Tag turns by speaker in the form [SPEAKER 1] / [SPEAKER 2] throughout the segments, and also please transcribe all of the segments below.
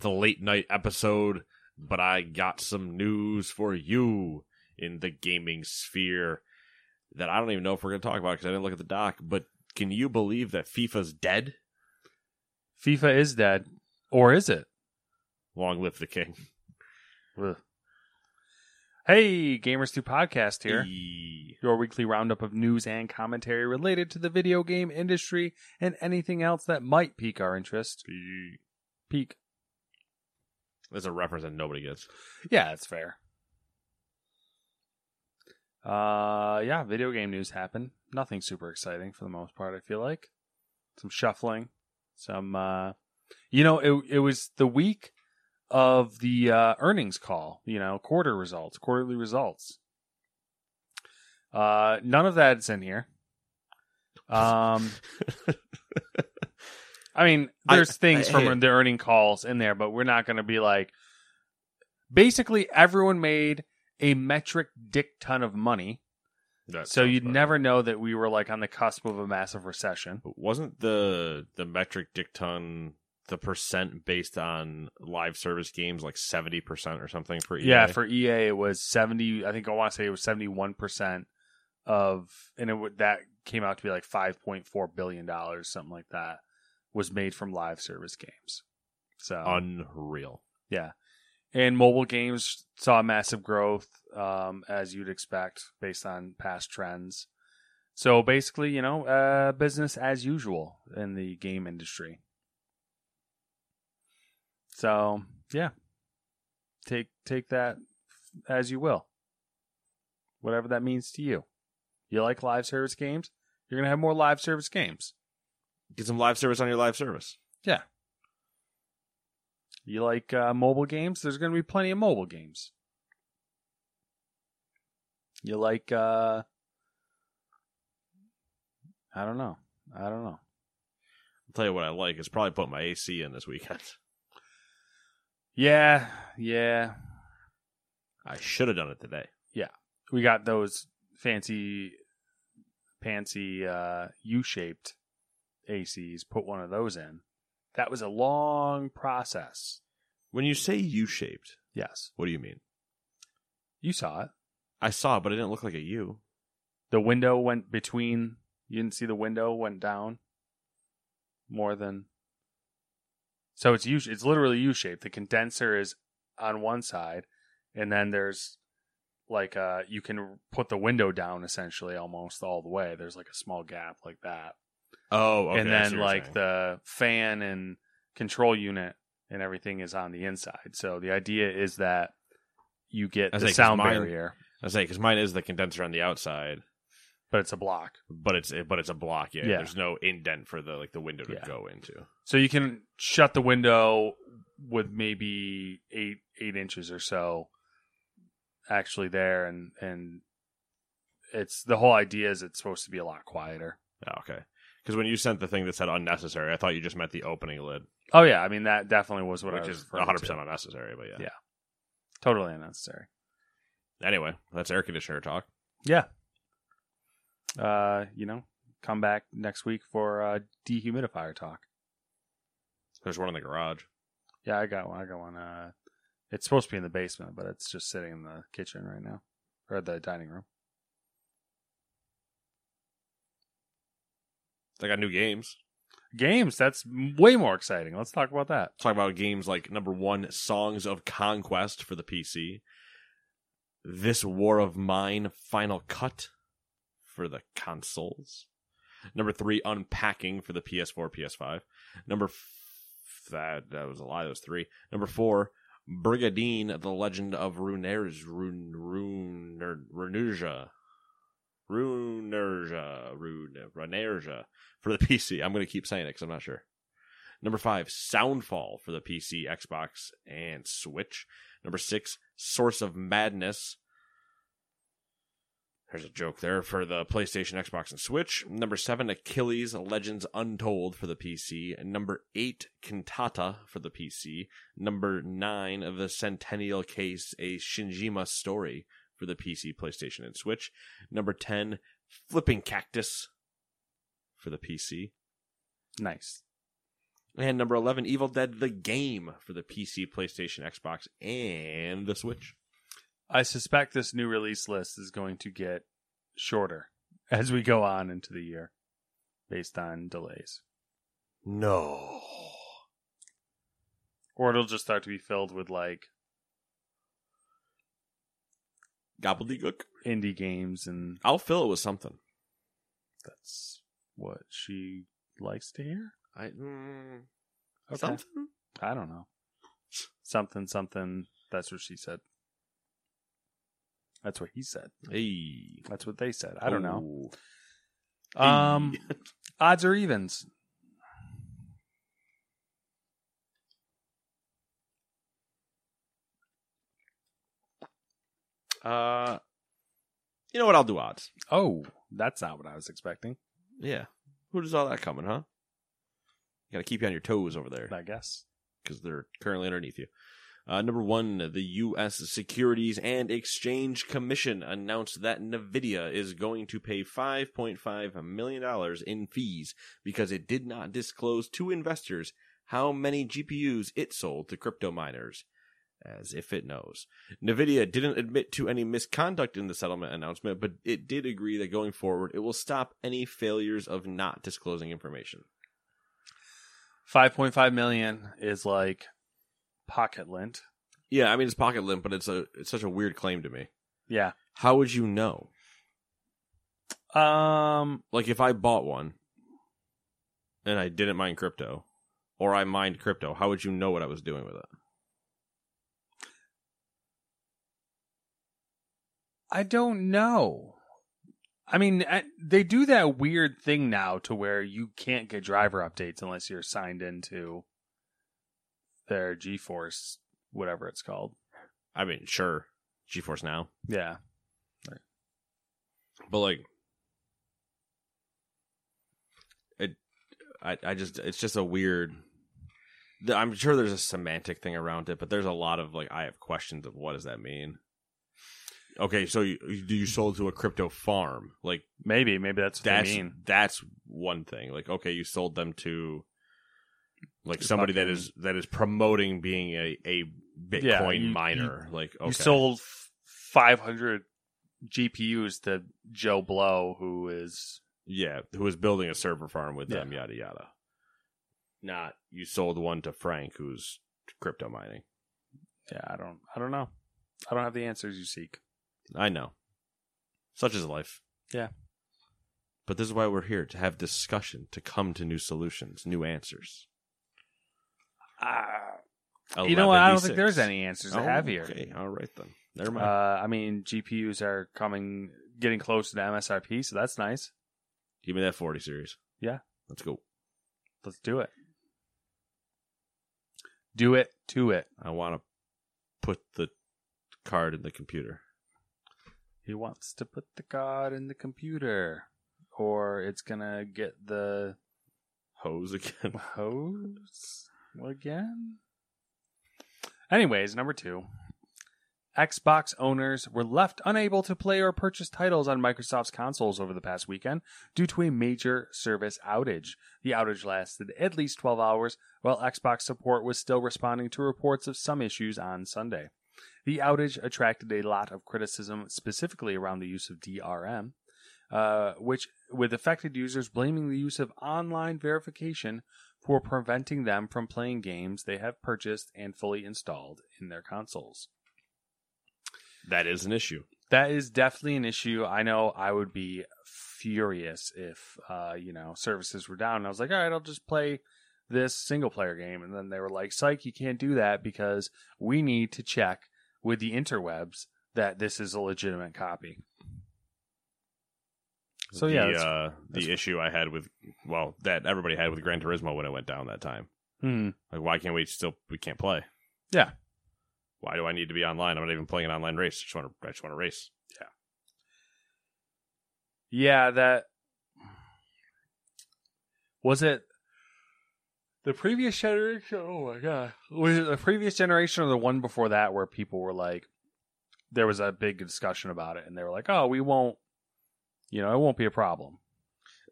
[SPEAKER 1] the late night episode, but I got some news for you in the gaming sphere that I don't even know if we're going to talk about because I didn't look at the doc. But can you believe that FIFA's dead?
[SPEAKER 2] FIFA is dead, or is it?
[SPEAKER 1] Long live the king.
[SPEAKER 2] Ugh. Hey, Gamers 2 Podcast here,
[SPEAKER 1] E-
[SPEAKER 2] your weekly roundup of news and commentary related to the video game industry and anything else that might pique our interest.
[SPEAKER 1] e-
[SPEAKER 2] Pique.
[SPEAKER 1] That's a reference that nobody gets.
[SPEAKER 2] Yeah, that's fair. Uh, yeah, video game news happened. Nothing super exciting for the most part. I feel like some shuffling, some uh, you know, it it was the week of the uh, earnings call. You know, quarter results, quarterly results. Uh, none of that's in here. Um, I mean,
[SPEAKER 1] I-
[SPEAKER 2] there's things
[SPEAKER 1] I-
[SPEAKER 2] from
[SPEAKER 1] hey.
[SPEAKER 2] the earning calls in there, but we're not going to be like. Basically, everyone made a metric dick ton of money,
[SPEAKER 1] That
[SPEAKER 2] so
[SPEAKER 1] sounds
[SPEAKER 2] you'd
[SPEAKER 1] better.
[SPEAKER 2] never know that we were like on the cusp of a massive recession.
[SPEAKER 1] Wasn't the the metric dick ton the percent based on live service games like seventy percent or something for E EA?
[SPEAKER 2] Yeah, for EA it was seventy. I think I want to say it was seventy one percent of, and it would that came out to be like five point four billion dollars, something like that, was made from live service games. So
[SPEAKER 1] unreal.
[SPEAKER 2] Yeah. And mobile games saw massive growth, um, as you'd expect based on past trends. So basically, you know, uh, business as usual in the game industry. So yeah, take take that as you will, whatever that means to you. You like live service games? You're gonna have more live service games.
[SPEAKER 1] Get some live service on your live service.
[SPEAKER 2] You like uh, mobile games? There's going to be plenty of mobile games. You like, uh, I don't know. I don't know.
[SPEAKER 1] I'll tell you what I like is probably put my AC in this weekend.
[SPEAKER 2] Yeah, yeah.
[SPEAKER 1] I should have done it today.
[SPEAKER 2] We got those fancy, fancy uh, U-shaped ACs. Put one of those in. That was a long process.
[SPEAKER 1] When you say U shaped,
[SPEAKER 2] Yes,
[SPEAKER 1] what do you mean?
[SPEAKER 2] you saw it.
[SPEAKER 1] I saw it, but it didn't look like a U.
[SPEAKER 2] the window went between you didn't see the window went down more than so it's u it's literally u-shaped the condenser is on one side and then there's like uh you can put the window down essentially almost all the way there's like a small gap like that
[SPEAKER 1] Oh,
[SPEAKER 2] and then like the fan and control unit and everything is on the inside so the idea is that you get
[SPEAKER 1] I
[SPEAKER 2] the
[SPEAKER 1] think 'cause
[SPEAKER 2] sound
[SPEAKER 1] mine-
[SPEAKER 2] barrier
[SPEAKER 1] I say because mine is the condenser on the outside,
[SPEAKER 2] but it's a block
[SPEAKER 1] but it's but it's a block. Yeah,
[SPEAKER 2] Yeah.
[SPEAKER 1] there's no indent for the like the window to
[SPEAKER 2] Yeah.
[SPEAKER 1] go into.
[SPEAKER 2] So you can shut the window with maybe eight eight inches or so actually there and and it's the whole idea is it's supposed to be a lot quieter.
[SPEAKER 1] Oh, okay, because when you sent the thing that said unnecessary, I thought you just meant the opening lid,
[SPEAKER 2] Oh yeah, I mean that definitely was what I
[SPEAKER 1] which
[SPEAKER 2] was
[SPEAKER 1] is
[SPEAKER 2] referring
[SPEAKER 1] 100
[SPEAKER 2] to.
[SPEAKER 1] percent unnecessary. But yeah.
[SPEAKER 2] totally unnecessary.
[SPEAKER 1] Anyway, that's air conditioner talk.
[SPEAKER 2] Yeah. Uh, you know, come back next week for uh dehumidifier talk.
[SPEAKER 1] There's one in the garage.
[SPEAKER 2] Yeah, I got one. I got one. Uh it's supposed to be in the basement, but it's just sitting in the kitchen right now or the dining room.
[SPEAKER 1] They got new games.
[SPEAKER 2] games. That's m- way more exciting. Let's talk about that.
[SPEAKER 1] Talk about games like number one, Songs of Conquest for the PC. This War of Mine Final Cut for the consoles. Number three, Unpacking for the PS4, PS5. Number f- that that was a lie. That was three. Number four, Brigadine: The Legend of Runer's Run Runer Runerja. Runerja, Rune- Runerja for the PC. I'm going to keep saying it because I'm not sure. Number five, Soundfall for the PC, Xbox, and Switch. Number six, Source of Madness. There's a joke there for the PlayStation, Xbox, and Switch. Number seven, Achilles Legends Untold for the PC. Number eight, Cantata for the PC. Number nine, The Centennial Case, a Shinjima story for the PC, PlayStation, and Switch. Number 10, Flipping Cactus for the PC.
[SPEAKER 2] Nice.
[SPEAKER 1] And number 11, Evil Dead the Game for the PC, PlayStation, Xbox, and the Switch.
[SPEAKER 2] I suspect this new release list is going to get shorter as we go on into the year based on delays.
[SPEAKER 1] No.
[SPEAKER 2] Or it'll just start to be filled with like
[SPEAKER 1] Gobbledygook.
[SPEAKER 2] indie games and
[SPEAKER 1] I'll fill it with something.
[SPEAKER 2] that's what she likes to hear.
[SPEAKER 1] I, mm,
[SPEAKER 2] Okay.
[SPEAKER 1] Something?
[SPEAKER 2] I don't know. Something, something. That's what she said. That's what he said.
[SPEAKER 1] Hey.
[SPEAKER 2] That's what they said. I don't know.
[SPEAKER 1] Ooh.
[SPEAKER 2] Um,
[SPEAKER 1] Hey.
[SPEAKER 2] odds or evens.
[SPEAKER 1] Uh, you know what? I'll do odds.
[SPEAKER 2] Oh, that's not what I was expecting.
[SPEAKER 1] Yeah. Who does all that coming, huh? You gotta keep you on your toes over there.
[SPEAKER 2] I guess.
[SPEAKER 1] because they're currently underneath you. Uh, number one, the U.S. Securities and Exchange Commission announced that NVIDIA is going to pay $5.5 million in fees because it did not disclose to investors how many GPUs it sold to crypto miners. As if it knows. NVIDIA didn't admit to any misconduct in the settlement announcement, but it did agree that going forward it will stop any failures of not disclosing information.
[SPEAKER 2] 5.5 million is like pocket lint.
[SPEAKER 1] Yeah, I mean, it's pocket limp, but it's, a, it's such a weird claim to me.
[SPEAKER 2] Yeah.
[SPEAKER 1] How would you know?
[SPEAKER 2] Um,
[SPEAKER 1] Like if I bought one and I didn't mine crypto or I mined crypto, how would you know what I was doing with it?
[SPEAKER 2] I don't know. I mean, I, they do that weird thing now to where you can't get driver updates unless you're signed into their GeForce, whatever it's called.
[SPEAKER 1] I mean, sure, GeForce Now,
[SPEAKER 2] Yeah.
[SPEAKER 1] but like it I I just it's just a weird th- I'm sure there's a semantic thing around it, but there's a lot of like I have questions of what does that mean? Okay, so you, do you sold to a crypto farm? Like
[SPEAKER 2] Maybe, maybe that's what
[SPEAKER 1] that's
[SPEAKER 2] they mean.
[SPEAKER 1] that's one thing. Like, okay, you sold them to like somebody that is that is promoting being a, a Bitcoin
[SPEAKER 2] Yeah, you-
[SPEAKER 1] miner. like, okay,
[SPEAKER 2] You sold f- 500 GPUs to Joe Blow, who is
[SPEAKER 1] yeah, who was building a server farm with
[SPEAKER 2] Yeah.
[SPEAKER 1] them, yada yada. Not you sold one to Frank, who's crypto mining.
[SPEAKER 2] yeah, I don't, I don't know. I don't have the answers you seek.
[SPEAKER 1] I know, such is life.
[SPEAKER 2] Yeah.
[SPEAKER 1] But this is why we're here to have discussion, to come to new solutions, new answers.
[SPEAKER 2] Ah, you know what? I don't
[SPEAKER 1] 11D6.
[SPEAKER 2] think there's any answers
[SPEAKER 1] Oh,
[SPEAKER 2] to have here.
[SPEAKER 1] Okay, all right then. Never
[SPEAKER 2] Uh,
[SPEAKER 1] mind.
[SPEAKER 2] I mean, GPUs are coming, getting close to the MSRP, so that's nice.
[SPEAKER 1] Give me that 40 series.
[SPEAKER 2] Yeah.
[SPEAKER 1] Let's go.
[SPEAKER 2] Let's do it. Do it to it.
[SPEAKER 1] I want to put the card in the computer.
[SPEAKER 2] He wants to put the card in the computer, or it's gonna get the
[SPEAKER 1] Hose again.
[SPEAKER 2] hose again. Anyways, number two. Xbox owners were left unable to play or purchase titles on Microsoft's consoles over the past weekend due to a major service outage. The outage lasted at least 12 hours, while Xbox support was still responding to reports of some issues on Sunday. The outage attracted a lot of criticism, specifically around the use of DRM. uh, which with affected users blaming the use of online verification for preventing them from playing games they have purchased and fully installed in their consoles.
[SPEAKER 1] That is an issue.
[SPEAKER 2] That is definitely an issue. I know I would be furious if uh, you know services were down. And I was like, all right, I'll just play this single player game, and then they were like, "Psych, you can't do that because we need to check with the interwebs that this is a legitimate copy." So yeah,
[SPEAKER 1] the,
[SPEAKER 2] that's-
[SPEAKER 1] uh,
[SPEAKER 2] that's-
[SPEAKER 1] the issue I had with well that everybody had with Gran Turismo when it went down that time.
[SPEAKER 2] hmm.
[SPEAKER 1] Like, why can't we still we can't play?
[SPEAKER 2] Yeah.
[SPEAKER 1] Why do I need to be online? I'm not even playing an online race. I just want to. I just want to race.
[SPEAKER 2] yeah, that was it. The previous generation. Oh my god, was it the previous generation or the one before that where people were like, there was a big discussion about it, and they were like, "Oh, we won't," you know, it won't be a problem.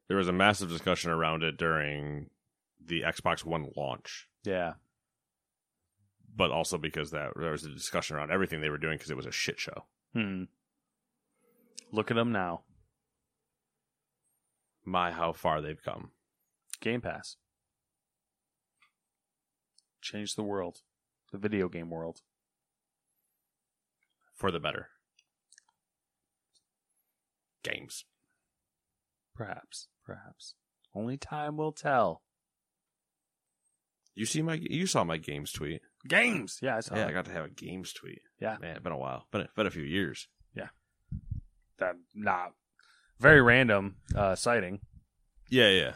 [SPEAKER 1] There was a massive discussion around it during the Xbox One launch,
[SPEAKER 2] Yeah.
[SPEAKER 1] but also because that there was a discussion around everything they were doing because it was a shit show.
[SPEAKER 2] Hmm. Look at them now.
[SPEAKER 1] My, how far they've come.
[SPEAKER 2] Game Pass. Changed the world. The video game world.
[SPEAKER 1] for the better. Games.
[SPEAKER 2] Perhaps. Perhaps. Only time will tell.
[SPEAKER 1] You see my you saw my games tweet.
[SPEAKER 2] Games! Yeah, I saw
[SPEAKER 1] yeah, I
[SPEAKER 2] it.
[SPEAKER 1] got to have a games tweet.
[SPEAKER 2] Yeah.
[SPEAKER 1] man, it's been a while, been a, been a few years.
[SPEAKER 2] that. Not very random uh, sighting.
[SPEAKER 1] Yeah, yeah.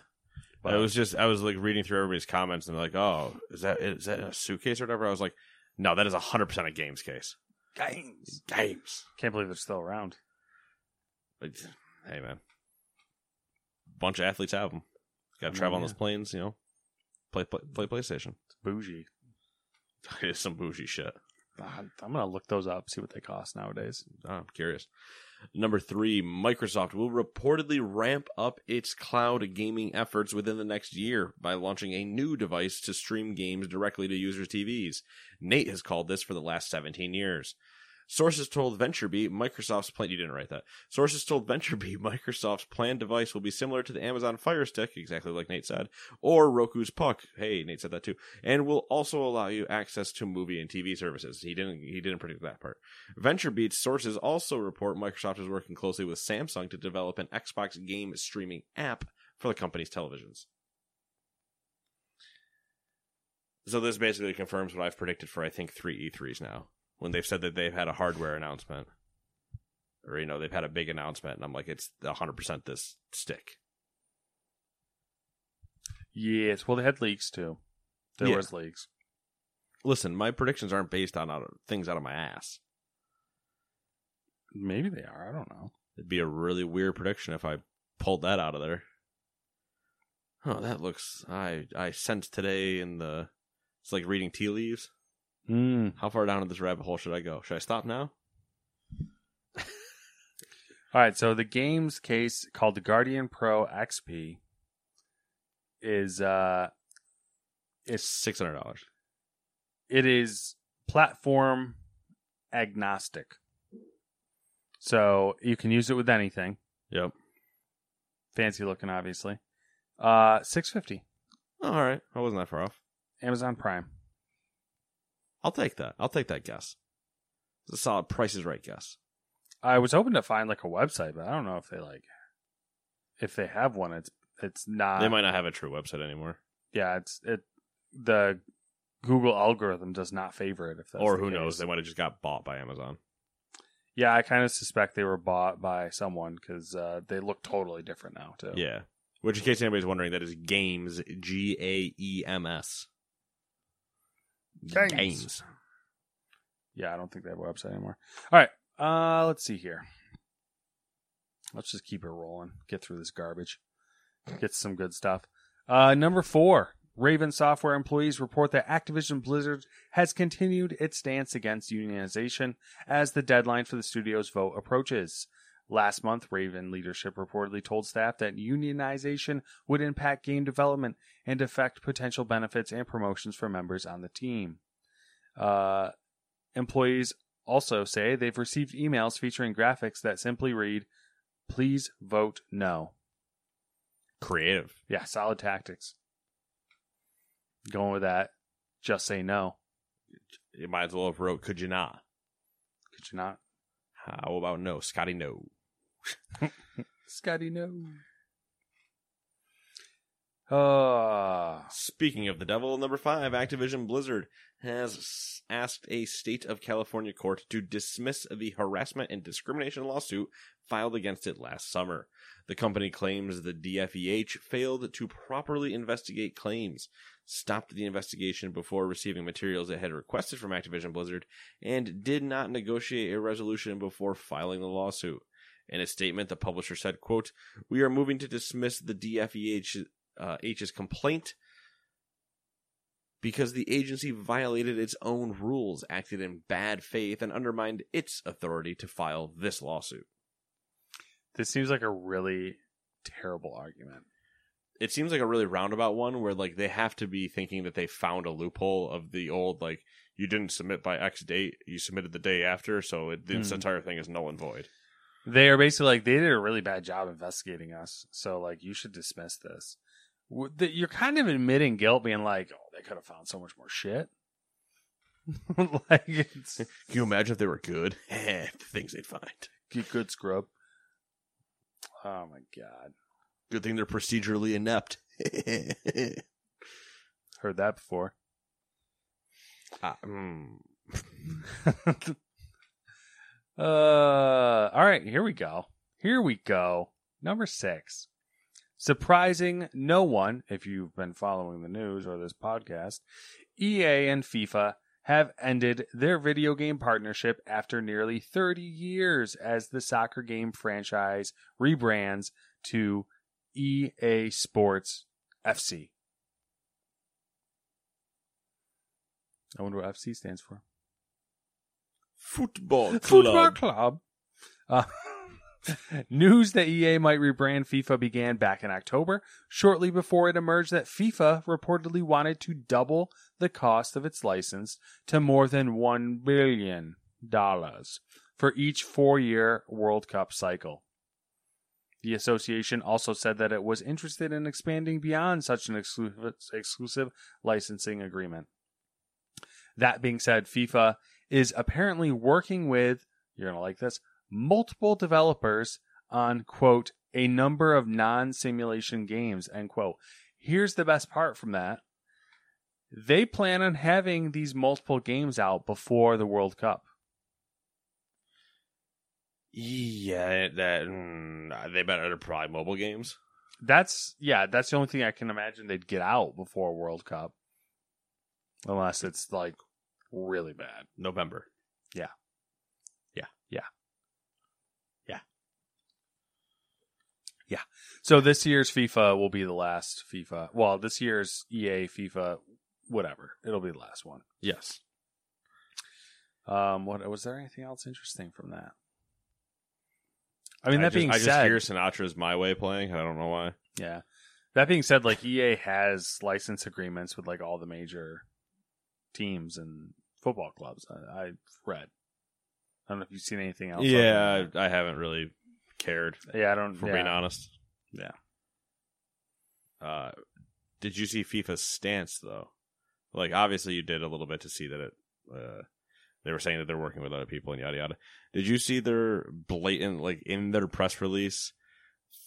[SPEAKER 2] But
[SPEAKER 1] I was just I was like reading through everybody's comments and like, oh, is that is that in a suitcase or whatever? I was like, no, that is hundred percent a games case.
[SPEAKER 2] games.
[SPEAKER 1] Games.
[SPEAKER 2] Can't believe they're still around.
[SPEAKER 1] Like, hey man, bunch of athletes have them. Got
[SPEAKER 2] I
[SPEAKER 1] to
[SPEAKER 2] mean,
[SPEAKER 1] travel on
[SPEAKER 2] yeah.
[SPEAKER 1] those planes, you know. Play play, play PlayStation.
[SPEAKER 2] It's bougie.
[SPEAKER 1] it's some bougie shit.
[SPEAKER 2] Ah, I'm gonna look those up, see what they cost nowadays.
[SPEAKER 1] Ah, I'm curious. Number three, Microsoft will reportedly ramp up its cloud gaming efforts within the next year by launching a new device to stream games directly to users' TVs. Nate has called this for the last 17 years. Sources told VentureBeat Microsoft's plan. You didn't write that. Sources told VentureBeat Microsoft's planned device will be similar to the Amazon Fire Stick, exactly like Nate said, or Roku's Puck. Hey, Nate said that too, and will also allow you access to movie and TV services. He didn't. He didn't predict that part. VentureBeat's sources also report Microsoft is working closely with Samsung to develop an Xbox game streaming app for the company's televisions. So this basically confirms what I've predicted for I think three E3s now, when they've said that they've had a hardware announcement, or you know they've had a big announcement, and I'm like, it's 100 percent this stick.
[SPEAKER 2] Yes. Well, they had leaks too. There
[SPEAKER 1] Yeah.
[SPEAKER 2] was leaks.
[SPEAKER 1] Listen, my predictions aren't based on out of, things out of my ass.
[SPEAKER 2] Maybe they are. I don't know.
[SPEAKER 1] It'd be a really weird prediction if I pulled that out of there. Oh, that looks. I I sense today in the. It's like reading tea leaves.
[SPEAKER 2] Hmm.
[SPEAKER 1] How far down in this rabbit hole should I go? Should I stop now?
[SPEAKER 2] All right, so the game's case called the Guardian Pro XP is uh
[SPEAKER 1] It's six hundred dollars.
[SPEAKER 2] it is platform agnostic. So you can use it with anything.
[SPEAKER 1] Yep.
[SPEAKER 2] Fancy looking obviously. Uh 650
[SPEAKER 1] Oh, all right, I wasn't that far off.
[SPEAKER 2] Amazon Prime.
[SPEAKER 1] I'll take that. I'll take that guess. It's a solid Price is Right guess.
[SPEAKER 2] I was hoping to find like a website, but I don't know if they like if they have one it's it's not
[SPEAKER 1] they might not have a true website anymore,
[SPEAKER 2] yeah, it's it the Google algorithm does not favor it if that's
[SPEAKER 1] or
[SPEAKER 2] the
[SPEAKER 1] who
[SPEAKER 2] case.
[SPEAKER 1] knows? They might have just got bought by Amazon.
[SPEAKER 2] Yeah, I kind of suspect they were bought by someone because uh, they look totally different now too.
[SPEAKER 1] Yeah. Which, in case anybody's wondering, that is Games G A E M S.
[SPEAKER 2] Games. yeah, I don't think they have a website anymore. All right, uh, let's see here. Let's just keep it rolling. Get through this garbage. Get some good stuff. Uh, number four. Raven software employees report that Activision Blizzard has continued its stance against unionization as the deadline for the studio's vote approaches. Last month, Raven leadership reportedly told staff that unionization would impact game development and affect potential benefits and promotions for members on the team. Uh, employees also say they've received emails featuring graphics that simply read, Please vote no.
[SPEAKER 1] Creative.
[SPEAKER 2] Yeah, solid tactics. Going with that. Just say no.
[SPEAKER 1] You might as well have wrote, could you not?
[SPEAKER 2] Could you not?
[SPEAKER 1] How about no? Scotty, no.
[SPEAKER 2] Scotty, no. Ah,
[SPEAKER 1] Speaking of the devil, number five, Activision Blizzard has s- asked a state of California court to dismiss the harassment and discrimination lawsuit filed against it last summer. The company claims the DFEH failed to properly investigate claims, stopped the investigation before receiving materials it had requested from Activision Blizzard, and did not negotiate a resolution before filing the lawsuit. In a statement, the publisher said, quote, We are moving to dismiss the DFEH uh, H's complaint because the agency violated its own rules, acted in bad faith, and undermined its authority to file this lawsuit.
[SPEAKER 2] this seems like a really terrible argument.
[SPEAKER 1] It seems like a really roundabout one where like they have to be thinking that they found a loophole of the old like you didn't submit by X date, you submitted the day after, so it, this
[SPEAKER 2] Hmm.
[SPEAKER 1] entire thing is null and void.
[SPEAKER 2] They are basically like they did a really bad job investigating us, so like you should dismiss this. W- th- You're kind of admitting guilt, being like, "Oh, they could have found so much more shit." like it's
[SPEAKER 1] Can you imagine if they were good? Eh, the things they'd find.
[SPEAKER 2] get good scrub. Oh my god,
[SPEAKER 1] Good thing they're procedurally inept.
[SPEAKER 2] heard that before.
[SPEAKER 1] Ah, mm.
[SPEAKER 2] uh, all right, here we go. Here we go. Number six. Surprising no one, if you've been following the news or this podcast, EA and FIFA have ended their video game partnership after nearly 30 years as the soccer game franchise rebrands to EA Sports FC. I wonder what FC stands for.
[SPEAKER 1] Football club.
[SPEAKER 2] Football club. Uh, news that EA might rebrand FIFA began back in October, shortly before it emerged that FIFA reportedly wanted to double the cost of its license to more than one billion dollars for each four-year World Cup cycle. The association also said that it was interested in expanding beyond such an exclusive, exclusive licensing agreement. That being said, FIFA is apparently working with, you're going to like this, multiple developers on, quote, a number of non simulation games, end quote. Here's the best part from that they plan on having these multiple games out before the World Cup.
[SPEAKER 1] Yeah, that mm, they better probably mobile games.
[SPEAKER 2] That's, yeah, that's the only thing I can imagine they'd get out before World Cup. Unless it's like really bad.
[SPEAKER 1] November.
[SPEAKER 2] So this year's FIFA will be the last FIFA. Well, this year's EA FIFA, whatever. It'll be the last one.
[SPEAKER 1] Yes.
[SPEAKER 2] Um, what was there anything else interesting from that? I mean, that
[SPEAKER 1] just,
[SPEAKER 2] being
[SPEAKER 1] I
[SPEAKER 2] said,
[SPEAKER 1] just hear Sinatra's "My Way" playing. and I don't know why.
[SPEAKER 2] yeah, that being said, like EA has license agreements with like all the major teams and football clubs. I, I read. I don't know if you've seen anything else. other than
[SPEAKER 1] yeah, I, I haven't really cared.
[SPEAKER 2] that. yeah, I don't.
[SPEAKER 1] For
[SPEAKER 2] yeah.
[SPEAKER 1] being honest.
[SPEAKER 2] Yeah.
[SPEAKER 1] Uh, did you see FIFA's stance though? Like, obviously, you did a little bit to see that it. Uh, they were saying that they're working with other people and yada yada. Did you see their blatant like in their press release?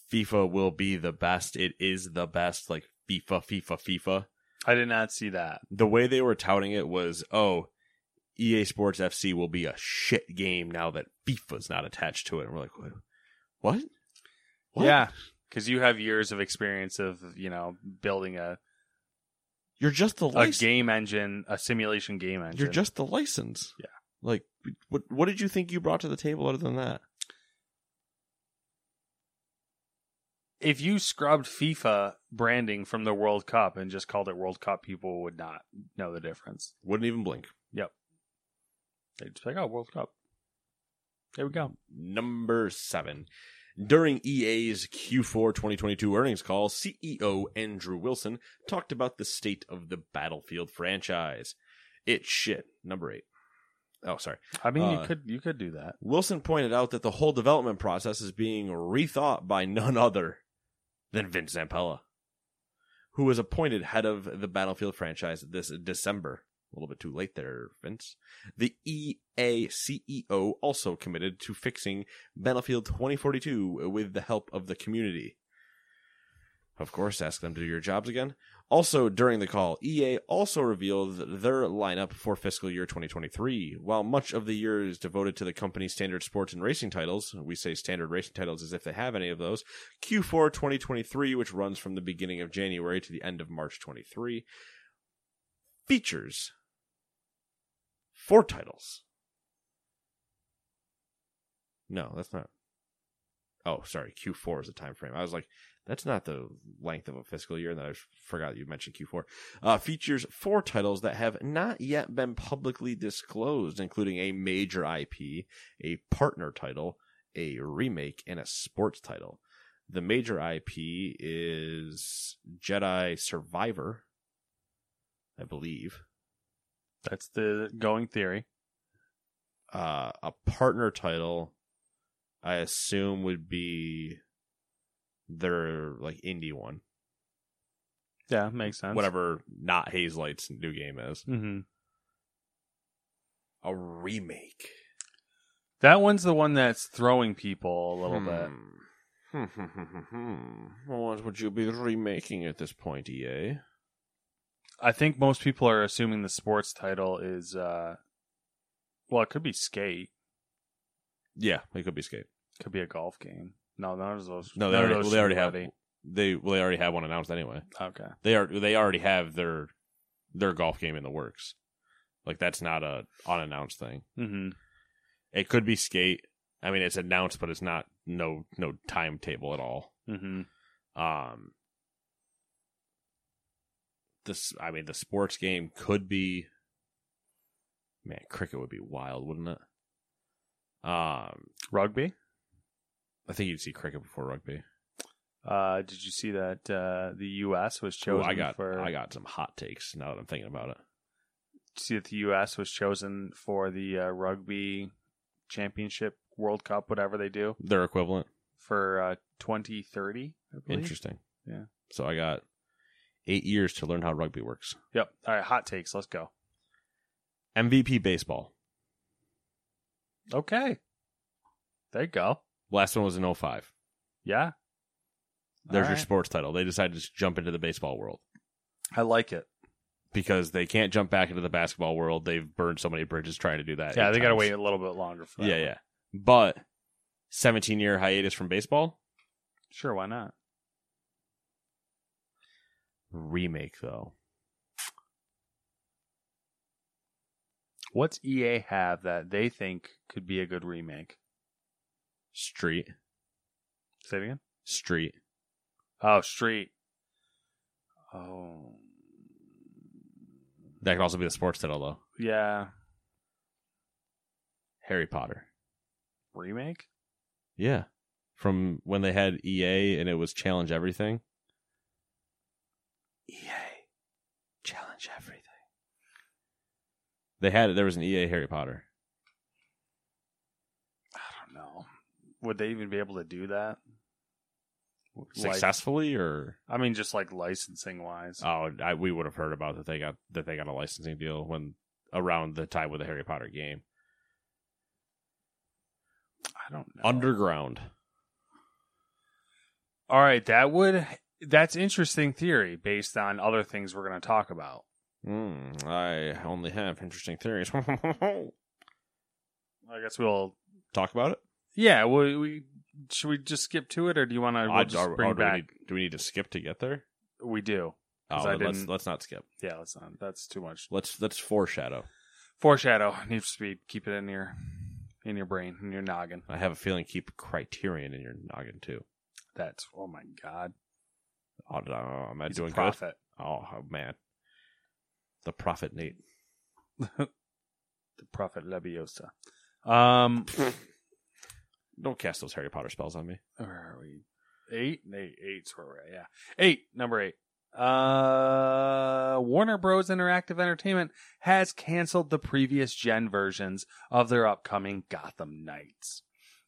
[SPEAKER 1] FIFA will be the best. It is the best. Like FIFA, FIFA, FIFA.
[SPEAKER 2] I did not see that.
[SPEAKER 1] the way they were touting it was, oh, EA Sports FC will be a shit game now that FIFA's not attached to it. And we're like, what? What? What?
[SPEAKER 2] Yeah, because you have years of experience of you know building a
[SPEAKER 1] You're just the
[SPEAKER 2] a
[SPEAKER 1] license.
[SPEAKER 2] game engine, a simulation game engine.
[SPEAKER 1] You're just the license.
[SPEAKER 2] Yeah.
[SPEAKER 1] Like, what? What did you think you brought to the table other than that?
[SPEAKER 2] if you scrubbed FIFA branding from the World Cup and just called it World Cup, people would not know the difference.
[SPEAKER 1] Wouldn't even blink.
[SPEAKER 2] They'd just be like, "Oh, World Cup." There we go.
[SPEAKER 1] Number seven. During E EA's Q4 2022 earnings call, CEO Andrew Wilson talked about the state of the Battlefield franchise. It's shit. Number eight. Oh, sorry.
[SPEAKER 2] I mean, you
[SPEAKER 1] Uh,
[SPEAKER 2] could you could do that.
[SPEAKER 1] Wilson pointed out that the whole development process is being rethought by none other than Vince Zampella, who was appointed head of the Battlefield franchise this December. A little bit too late there, Vince. The E EA CEO E also committed to fixing Battlefield 2042 with the help of the community. Of course, ask them to do your jobs again. Also, during the call, EA also revealed their lineup for fiscal year 2023. While much of the year is devoted to the company's standard sports and racing titles, we say standard racing titles as if they have any of those, Q4 2023, which runs from the beginning of January to the end of March 23, features four titles. No, that's not. Oh, sorry. Q4 is the time frame. I was like, that's not the length of a fiscal year. And then I forgot you mentioned Q4. Uh, features four titles that have not yet been publicly disclosed, including a major IP, a partner title, a remake, and a sports title. The major IP is Jedi Survivor, I believe.
[SPEAKER 2] That's the going theory.
[SPEAKER 1] Uh, a partner title, I assume, would be their like indie one.
[SPEAKER 2] Yeah, makes sense.
[SPEAKER 1] whatever not Haze Light's new game is.
[SPEAKER 2] hmm
[SPEAKER 1] A remake.
[SPEAKER 2] That one's the one that's throwing people a little bit.
[SPEAKER 1] Hmm. bit. Hmm. well, what would you be remaking at this point, E EA?
[SPEAKER 2] I think most people are assuming the sports title is, uh, well, it could be skate,
[SPEAKER 1] Yeah, it could be Skate.
[SPEAKER 2] could be a golf game. No, none of those.
[SPEAKER 1] No, they
[SPEAKER 2] none of
[SPEAKER 1] already,
[SPEAKER 2] those
[SPEAKER 1] well, they already have
[SPEAKER 2] already.
[SPEAKER 1] they well, they already have one announced anyway.
[SPEAKER 2] Okay,
[SPEAKER 1] They are they already have their their golf game in the works. Like that's not a unannounced thing.
[SPEAKER 2] hmm
[SPEAKER 1] It could be Skate. I mean, it's announced, but it's not no no timetable at all.
[SPEAKER 2] hmm
[SPEAKER 1] Um, this, I mean, the sports game could be. Man, cricket would be wild, wouldn't it? Um,
[SPEAKER 2] Rugby.
[SPEAKER 1] I think you'd see cricket before rugby.
[SPEAKER 2] Uh, did you see that uh, the U.S. was
[SPEAKER 1] Ooh,
[SPEAKER 2] chosen
[SPEAKER 1] I got,
[SPEAKER 2] for?
[SPEAKER 1] I got some hot takes now that I'm thinking about it.
[SPEAKER 2] Did you see that the U.S. was chosen for the uh, rugby championship, World Cup, whatever they do
[SPEAKER 1] Their equivalent,
[SPEAKER 2] for uh, 2030. I believe.
[SPEAKER 1] interesting.
[SPEAKER 2] Yeah.
[SPEAKER 1] So I got eight years to learn how rugby works.
[SPEAKER 2] Yep. All right, hot takes. Let's go.
[SPEAKER 1] MVP baseball.
[SPEAKER 2] Okay. There you go.
[SPEAKER 1] Last one was in 05.
[SPEAKER 2] Yeah.
[SPEAKER 1] There's
[SPEAKER 2] All
[SPEAKER 1] your
[SPEAKER 2] right.
[SPEAKER 1] sports title. They decided to just jump into the baseball world.
[SPEAKER 2] I like it.
[SPEAKER 1] because they can't jump back into the basketball world. They've burned so many bridges trying to do that.
[SPEAKER 2] yeah,
[SPEAKER 1] eight
[SPEAKER 2] they got to
[SPEAKER 1] times.
[SPEAKER 2] wait a little bit longer for that.
[SPEAKER 1] Yeah,
[SPEAKER 2] one.
[SPEAKER 1] yeah. But 17 year hiatus from baseball?
[SPEAKER 2] Sure, why not?
[SPEAKER 1] Remake, though.
[SPEAKER 2] What's EA have that they think could be a good remake?
[SPEAKER 1] Street.
[SPEAKER 2] Say it again.
[SPEAKER 1] Street.
[SPEAKER 2] Oh, Street. Oh,
[SPEAKER 1] That could also be the sports title, though.
[SPEAKER 2] yeah.
[SPEAKER 1] Harry Potter.
[SPEAKER 2] Remake?
[SPEAKER 1] Yeah. From when they had EA and it was Challenge Everything.
[SPEAKER 2] E
[SPEAKER 1] EA. Challenge Everything. They had it. There was an EA Harry Potter.
[SPEAKER 2] I don't know. Would they even be able to do that? Like-
[SPEAKER 1] Successfully or
[SPEAKER 2] I mean, just like licensing wise.
[SPEAKER 1] Oh, I, we would have heard about that they got that they got a licensing deal when around the time with the Harry Potter game.
[SPEAKER 2] I don't know.
[SPEAKER 1] Underground.
[SPEAKER 2] All right, that would. That's interesting theory based on other things we're going to talk about.
[SPEAKER 1] Mm, I only have interesting theories.
[SPEAKER 2] I guess we'll.
[SPEAKER 1] Talk about it.
[SPEAKER 2] Yeah, we, we should we just skip to it, or do you want to we'll
[SPEAKER 1] I-
[SPEAKER 2] just
[SPEAKER 1] are-
[SPEAKER 2] bring
[SPEAKER 1] are- do, we
[SPEAKER 2] back?
[SPEAKER 1] need, do we need to skip to get there?
[SPEAKER 2] We do.
[SPEAKER 1] Oh,
[SPEAKER 2] 'Cause I
[SPEAKER 1] let's
[SPEAKER 2] didn't-
[SPEAKER 1] let's not skip.
[SPEAKER 2] Yeah, that's not. That's too much.
[SPEAKER 1] Let's let's foreshadow.
[SPEAKER 2] Foreshadow needs to be keep it in your in your brain in your noggin.
[SPEAKER 1] I have a feeling keep Criterion in your noggin too.
[SPEAKER 2] That's oh my god.
[SPEAKER 1] Oh, no, am I
[SPEAKER 2] He's
[SPEAKER 1] doing
[SPEAKER 2] a prophet.
[SPEAKER 1] good? Oh man, the prophet Nate.
[SPEAKER 2] The prophet Leviosa. Um,
[SPEAKER 1] Don't cast those Harry Potter spells on me.
[SPEAKER 2] where are we? Eight, eight, eight's where we're at. Yeah, eight. Number eight. Uh, Warner Bros. Interactive Entertainment has canceled the previous gen versions of their upcoming Gotham Knights.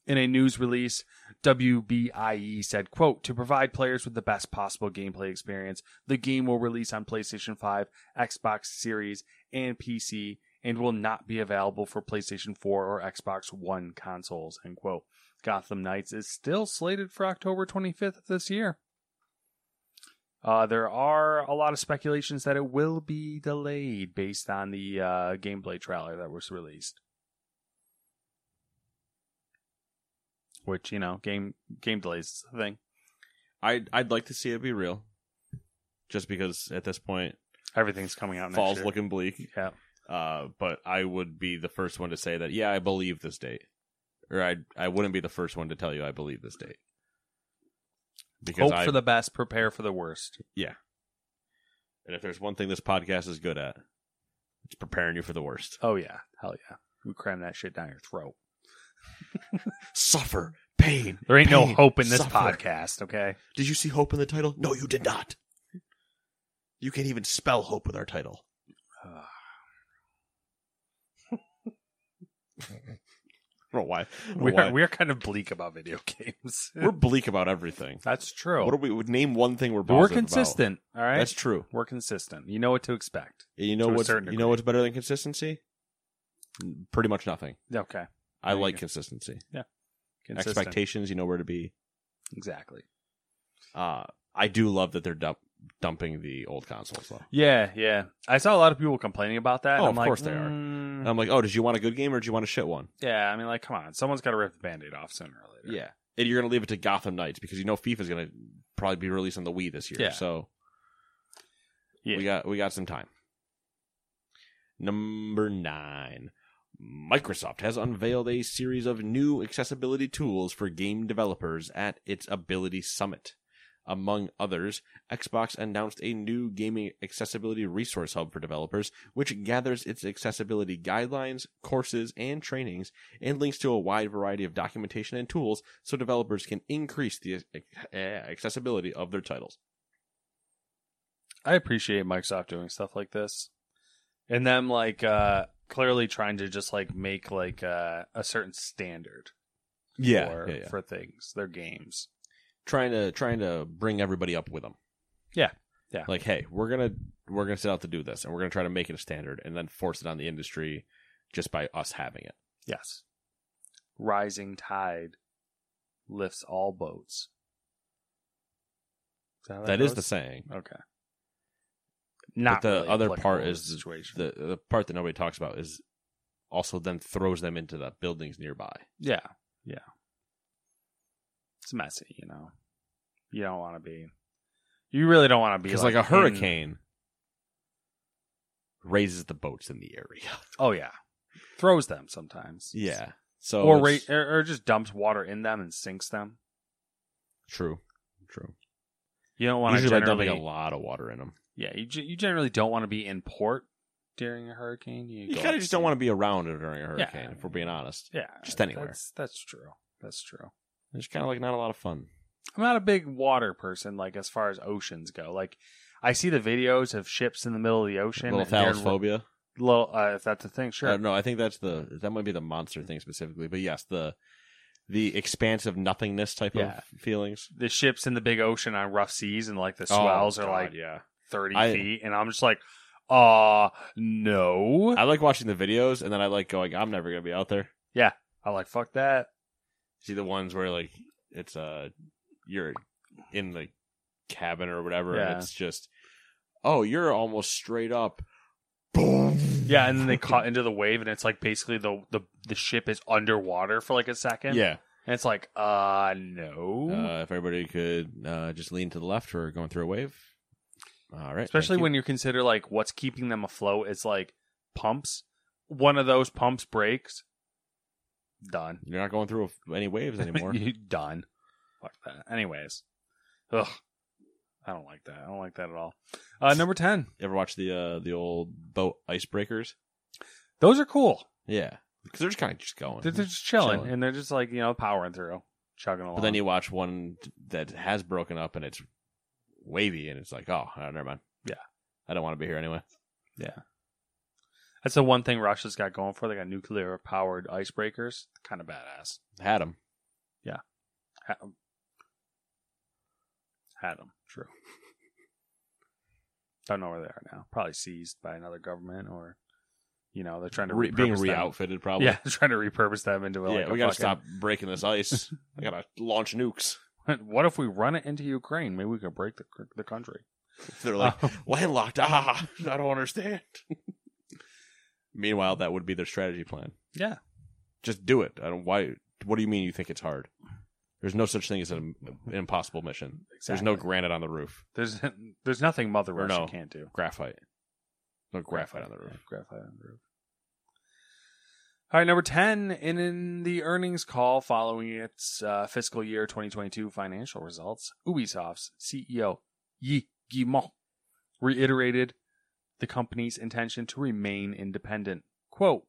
[SPEAKER 2] In a news release, WBIE E said, quote, to provide players with the best possible gameplay experience, the game will release on PlayStation 5, Xbox Series, and PC, and will not be available for PlayStation 4 or Xbox One consoles, end quote. Gotham Knights is still slated for October 25th of this year. Uh, there are a lot of speculations that it will be delayed based on the uh, gameplay trailer that was released. Which you know, game game delays is the thing.
[SPEAKER 1] I'd I'd like to see it be real, just because at this point
[SPEAKER 2] Everything's coming out. Next
[SPEAKER 1] fall's
[SPEAKER 2] year.
[SPEAKER 1] looking bleak.
[SPEAKER 2] Yeah,
[SPEAKER 1] Uh, but I would be the first one to say that yeah, I believe this date, or I I wouldn't be the first one to tell you I believe this date. Because
[SPEAKER 2] hope
[SPEAKER 1] I,
[SPEAKER 2] for the best, prepare for the worst.
[SPEAKER 1] and if there's one thing this podcast is good at, it's preparing you for the worst.
[SPEAKER 2] Oh yeah, hell yeah, we cram that shit down your throat.
[SPEAKER 1] Suffer pain.
[SPEAKER 2] There ain't no
[SPEAKER 1] pain,
[SPEAKER 2] hope in this
[SPEAKER 1] suffer.
[SPEAKER 2] podcast. Okay,
[SPEAKER 1] Did you see hope in the title? No, you did not. You can't even spell hope with our title.
[SPEAKER 2] Ah.
[SPEAKER 1] I don't know why. I don't know
[SPEAKER 2] we
[SPEAKER 1] why.
[SPEAKER 2] are we are kind of bleak about video games.
[SPEAKER 1] We're bleak about everything.
[SPEAKER 2] That's true.
[SPEAKER 1] What do we name one thing we're
[SPEAKER 2] we're
[SPEAKER 1] positive about.
[SPEAKER 2] consistent. All right,
[SPEAKER 1] That's true.
[SPEAKER 2] we're consistent. You know what to expect.
[SPEAKER 1] And you know
[SPEAKER 2] To a
[SPEAKER 1] what's
[SPEAKER 2] certain
[SPEAKER 1] you know
[SPEAKER 2] degree.
[SPEAKER 1] what's better than consistency? Pretty much nothing.
[SPEAKER 2] Okay.
[SPEAKER 1] I
[SPEAKER 2] There you
[SPEAKER 1] like
[SPEAKER 2] go.
[SPEAKER 1] consistency.
[SPEAKER 2] Consistent.
[SPEAKER 1] Expectations, you know where to be.
[SPEAKER 2] Exactly.
[SPEAKER 1] Uh, I do love that they're dump- dumping the old consoles though.
[SPEAKER 2] Yeah, yeah. I saw a lot of people complaining about that. and
[SPEAKER 1] Oh,
[SPEAKER 2] I'm
[SPEAKER 1] of
[SPEAKER 2] like,
[SPEAKER 1] course they are.
[SPEAKER 2] "Mm,
[SPEAKER 1] I'm like, oh, did you want a good game or did you want a shit one?
[SPEAKER 2] yeah, I mean, like, come on. Someone's got to rip the band aid off sooner or later.
[SPEAKER 1] Yeah. And you're going to leave it to Gotham Knights because you know FIFA's going to probably be released on the Wii this year.
[SPEAKER 2] Yeah.
[SPEAKER 1] So
[SPEAKER 2] Yeah.
[SPEAKER 1] we got we got some time. Number 9. Microsoft has unveiled a series of new accessibility tools for game developers at its Ability Summit. Among others, Xbox announced a new gaming accessibility resource hub for developers, which gathers its accessibility guidelines, courses, and trainings, and links to a wide variety of documentation and tools so developers can increase the eh, accessibility of their titles.
[SPEAKER 2] I appreciate Microsoft doing stuff like this. And them, like, uh, clearly trying to just, like, make, like, uh, a certain standard for,
[SPEAKER 1] yeah, yeah.
[SPEAKER 2] for things, their games.
[SPEAKER 1] trying to trying to bring everybody up with them.
[SPEAKER 2] Yeah. Yeah.
[SPEAKER 1] Like, hey, we're gonna we're gonna set out to do this, and we're gonna try to make it a standard, and then force it on the industry just by us having it.
[SPEAKER 2] Yes. Rising tide lifts all boats. Is how
[SPEAKER 1] that is
[SPEAKER 2] goes?
[SPEAKER 1] the saying.
[SPEAKER 2] Okay. Not
[SPEAKER 1] but the
[SPEAKER 2] really
[SPEAKER 1] other
[SPEAKER 2] applicable
[SPEAKER 1] part
[SPEAKER 2] to
[SPEAKER 1] is
[SPEAKER 2] the situation.
[SPEAKER 1] the the part that nobody talks about is also then throws them into the buildings nearby.
[SPEAKER 2] yeah, yeah. It's messy, you know. You don't want to be. You really don't want to be
[SPEAKER 1] Because like, a
[SPEAKER 2] in-
[SPEAKER 1] hurricane raises the boats in the area.
[SPEAKER 2] oh yeah, throws them sometimes.
[SPEAKER 1] Yeah. So
[SPEAKER 2] or, ra-
[SPEAKER 1] it's-
[SPEAKER 2] or or just dumps water in them and sinks them.
[SPEAKER 1] true, true.
[SPEAKER 2] You don't want to
[SPEAKER 1] Usually by
[SPEAKER 2] generally.
[SPEAKER 1] dumping a lot of water in them.
[SPEAKER 2] Yeah, you ge- you generally don't want to be in port during a hurricane. You,
[SPEAKER 1] You kind of just don't want to be around it during a
[SPEAKER 2] Yeah.
[SPEAKER 1] hurricane, if we're being honest.
[SPEAKER 2] Yeah,
[SPEAKER 1] just anywhere.
[SPEAKER 2] That's, that's true. That's true.
[SPEAKER 1] It's kind of like not a lot of fun.
[SPEAKER 2] I'm not a big water person, like as far as oceans go. Like I see the videos of ships in the middle of the ocean.
[SPEAKER 1] Little
[SPEAKER 2] and they're-
[SPEAKER 1] thalassophobia.
[SPEAKER 2] Little, uh, if that's a thing, sure.
[SPEAKER 1] Uh, no, I think that's the that might be the monster thing specifically, but yes, the the expansive nothingness type
[SPEAKER 2] Yeah.
[SPEAKER 1] of feelings.
[SPEAKER 2] The ships in the big ocean on rough seas, and like the swells
[SPEAKER 1] Oh,
[SPEAKER 2] are
[SPEAKER 1] God,
[SPEAKER 2] like
[SPEAKER 1] yeah.
[SPEAKER 2] 30
[SPEAKER 1] I-
[SPEAKER 2] feet, and I'm just like, uh no.
[SPEAKER 1] I like watching the videos, and then I like going, I'm never gonna be out there.
[SPEAKER 2] I'm like, fuck that.
[SPEAKER 1] See the ones where like it's uh you're in the cabin or whatever,
[SPEAKER 2] Yeah.
[SPEAKER 1] and it's just oh you're almost straight up.
[SPEAKER 2] Yeah, and then they caught into the wave, and it's like basically the the the ship is underwater for like a second.
[SPEAKER 1] Yeah.
[SPEAKER 2] and it's like, uh no.
[SPEAKER 1] Uh, if everybody could uh, just lean to the left for going through a wave. All right.
[SPEAKER 2] especially
[SPEAKER 1] thank you.
[SPEAKER 2] when you consider like what's keeping them afloat is like pumps one of those pumps breaks done
[SPEAKER 1] you're not going through any waves anymore.
[SPEAKER 2] You- done fuck that anyways ugh i don't like that i don't like that at all uh number 10
[SPEAKER 1] You ever watch the uh, the old boat icebreakers?
[SPEAKER 2] those are cool
[SPEAKER 1] Yeah, because they're just kind of just going.
[SPEAKER 2] they're, they're just chilling,
[SPEAKER 1] Chilling.
[SPEAKER 2] and they're just like you know powering through chugging along
[SPEAKER 1] but then you watch one that has broken up, and it's wavy, and it's like, oh, uh, never mind.
[SPEAKER 2] Yeah.
[SPEAKER 1] I don't want to be here anyway.
[SPEAKER 2] Yeah. That's the one thing Russia's got going for. They got nuclear powered icebreakers. Kind of badass.
[SPEAKER 1] Had him.
[SPEAKER 2] Had them. Had them. True. Don't know where they are now. Probably seized by another government or, you know, they're trying to
[SPEAKER 1] Re- being
[SPEAKER 2] repurpose them.
[SPEAKER 1] re-outfitted, probably.
[SPEAKER 2] Yeah, trying to repurpose them into a,
[SPEAKER 1] yeah,
[SPEAKER 2] like a
[SPEAKER 1] we gotta
[SPEAKER 2] fucking-
[SPEAKER 1] stop breaking this ice. I gotta launch nukes.
[SPEAKER 2] What if we run it into Ukraine? Maybe we could break the the country.
[SPEAKER 1] They're like
[SPEAKER 2] Oh.
[SPEAKER 1] landlocked. Ah, I don't understand. Meanwhile, that would be their strategy plan.
[SPEAKER 2] Yeah,
[SPEAKER 1] Just do it. I don't. Why? What do you mean you think it's hard? There's no such thing as an impossible mission. There's no
[SPEAKER 2] Exactly.
[SPEAKER 1] granite on the roof.
[SPEAKER 2] there's there's nothing Mother
[SPEAKER 1] Or
[SPEAKER 2] Russia
[SPEAKER 1] no.
[SPEAKER 2] can't do.
[SPEAKER 1] Graphite. No graphite on the roof.
[SPEAKER 2] Yeah, graphite on the roof. All right, number ten, and in the earnings call following its uh, fiscal year 2022 financial results, Ubisoft's CEO Yi Guillemot reiterated the company's intention to remain independent. Quote: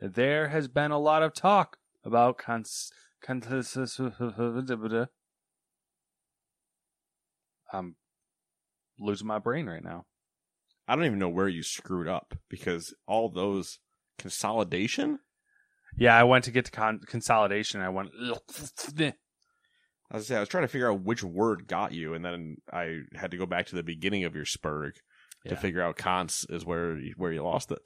[SPEAKER 2] "There has been a lot of talk about cons." cons- I'm losing my brain right now.
[SPEAKER 1] I don't even know where you screwed up because all those consolidation.
[SPEAKER 2] Yeah, I went to get to con- consolidation. I went.
[SPEAKER 1] I was, I was trying to figure out which word got you, and then I had to go back to the beginning of your spurg
[SPEAKER 2] Yeah,
[SPEAKER 1] to figure out cons is where you- where you lost it.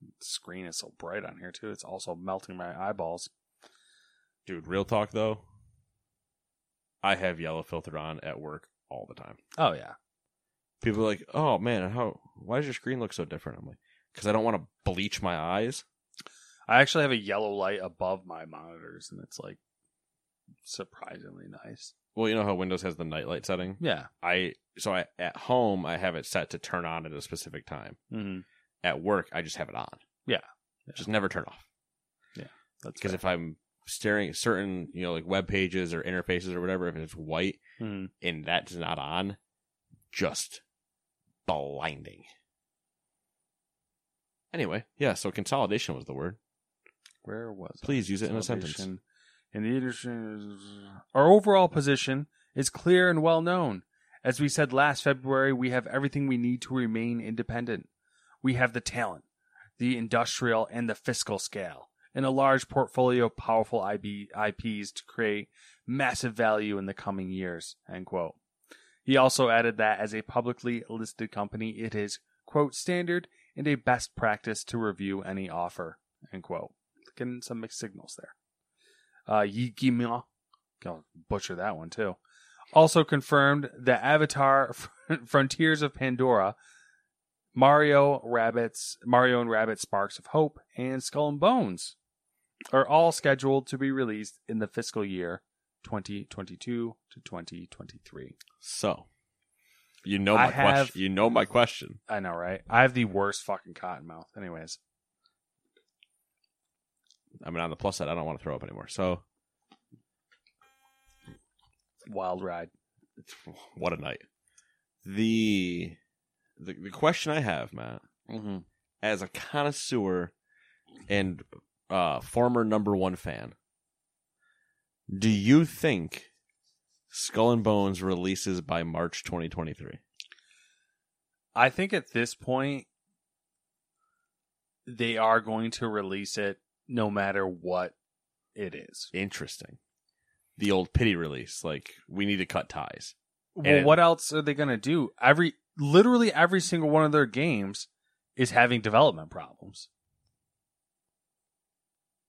[SPEAKER 2] the screen is so bright on here too. It's also melting my eyeballs.
[SPEAKER 1] Dude, real talk though, I have yellow filter on at work all the time.
[SPEAKER 2] Oh yeah,
[SPEAKER 1] People are like, "Oh man, how? Why does your screen look so different?" I'm like, "Cause I don't want to bleach my eyes."
[SPEAKER 2] I actually have a yellow light above my monitors, and it's like surprisingly nice.
[SPEAKER 1] Well, you know how Windows has the nightlight setting.
[SPEAKER 2] Yeah.
[SPEAKER 1] I so I at home I have it set to turn on at a specific time.
[SPEAKER 2] Mm-hmm.
[SPEAKER 1] At work, I just have it on.
[SPEAKER 2] Yeah.
[SPEAKER 1] just never turn off.
[SPEAKER 2] That's
[SPEAKER 1] Because if I'm staring at certain, you know, like web pages or interfaces or whatever, if it's white
[SPEAKER 2] Mhm.
[SPEAKER 1] and that's not on, just blinding. Anyway, yeah, so consolidation was the word.
[SPEAKER 2] where was I?
[SPEAKER 1] Please use it in a sentence.
[SPEAKER 2] Salvation In the industry, our overall position is clear and well known. As we said last February, we have everything we need to remain independent. We have the talent, the industrial, and the fiscal scale, and a large portfolio of powerful IB, IPs to create massive value in the coming years. End quote. He also added that as a publicly listed company, it is quote standard and a best practice to review any offer. End quote getting some mixed signals there. Uh, Yi Gimya, gonna butcher that one too. Also confirmed that Avatar: Frontiers of Pandora, Mario Rabbits, Mario and Rabbit: Sparks of Hope, and Skull and Bones are all scheduled to be released in the fiscal year 2022 to 2023.
[SPEAKER 1] So, you know
[SPEAKER 2] I
[SPEAKER 1] my
[SPEAKER 2] have-
[SPEAKER 1] question. You know my question.
[SPEAKER 2] I know, right? I have the worst fucking cotton mouth. Anyways,
[SPEAKER 1] I mean, on the plus side, I don't want to throw up anymore. So,
[SPEAKER 2] wild ride.
[SPEAKER 1] what a night. The the, the question I have, Matt,
[SPEAKER 2] Mm-hmm.
[SPEAKER 1] as a connoisseur and uh, former number one fan, do you think Skull and Bones releases by March 2023?
[SPEAKER 2] I think at this point, they are going to release it no matter what it is.
[SPEAKER 1] Interesting. The old pity release, like we need to cut ties.
[SPEAKER 2] Well,
[SPEAKER 1] And-
[SPEAKER 2] what else are they going to do? Every literally every single one of their games is having development problems.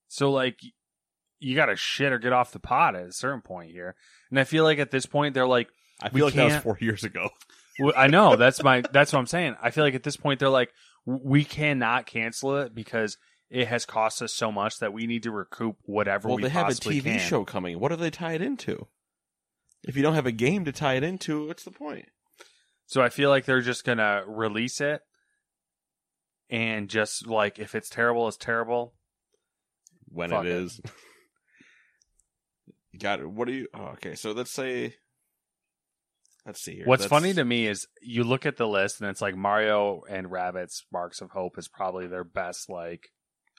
[SPEAKER 2] So like y- you got to shit or get off the pot at a certain point here. And I feel like at this point they're like
[SPEAKER 1] I feel
[SPEAKER 2] We
[SPEAKER 1] like that was
[SPEAKER 2] can't-
[SPEAKER 1] four years ago.
[SPEAKER 2] Well, I know that's my that's what I'm saying. I feel like at this point they're like, "W- we cannot cancel it because it has cost us so much that we need to recoup whatever
[SPEAKER 1] Well,
[SPEAKER 2] we
[SPEAKER 1] they have a
[SPEAKER 2] possibly
[SPEAKER 1] TV
[SPEAKER 2] can.
[SPEAKER 1] show coming. What do they tie it into? If you don't have a game to tie it into, what's the point?
[SPEAKER 2] So I feel like they're just gonna release it and just like if it's terrible, it's terrible.
[SPEAKER 1] When
[SPEAKER 2] Fuck
[SPEAKER 1] it
[SPEAKER 2] it.
[SPEAKER 1] is. Got it. What do you? Oh, okay, so let's say. Let's see here.
[SPEAKER 2] What's
[SPEAKER 1] That's-
[SPEAKER 2] funny to me is you look at the list and it's like Mario and Rabbits Sparks of Hope is probably their best like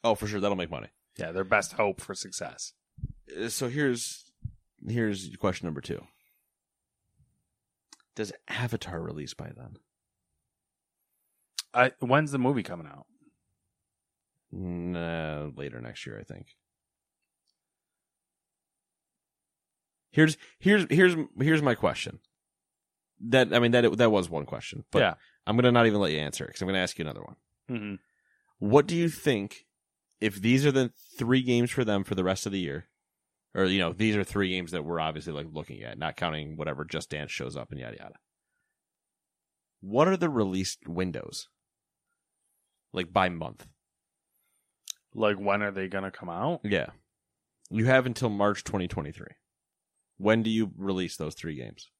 [SPEAKER 1] Oh, for sure, that'll make money.
[SPEAKER 2] yeah, their best hope for success.
[SPEAKER 1] Uh, So here's here's question number two. Does Avatar release by then?
[SPEAKER 2] I, when's the movie coming out?
[SPEAKER 1] Nah, later next year, I think. Here's here's here's here's my question. That I mean that that was one question, but
[SPEAKER 2] yeah.
[SPEAKER 1] I'm gonna not even let you answer it because I'm gonna ask you another one.
[SPEAKER 2] hmm
[SPEAKER 1] Mm-hmm. What do you think if these are the three games for them for the rest of the year? Or you know, these are three games that we're obviously like looking at, not counting whatever Just Dance shows up and yada yada. What are the released windows? Like by month.
[SPEAKER 2] Like when are they gonna come out?
[SPEAKER 1] Yeah. You have until March 2023. When do you release those three games?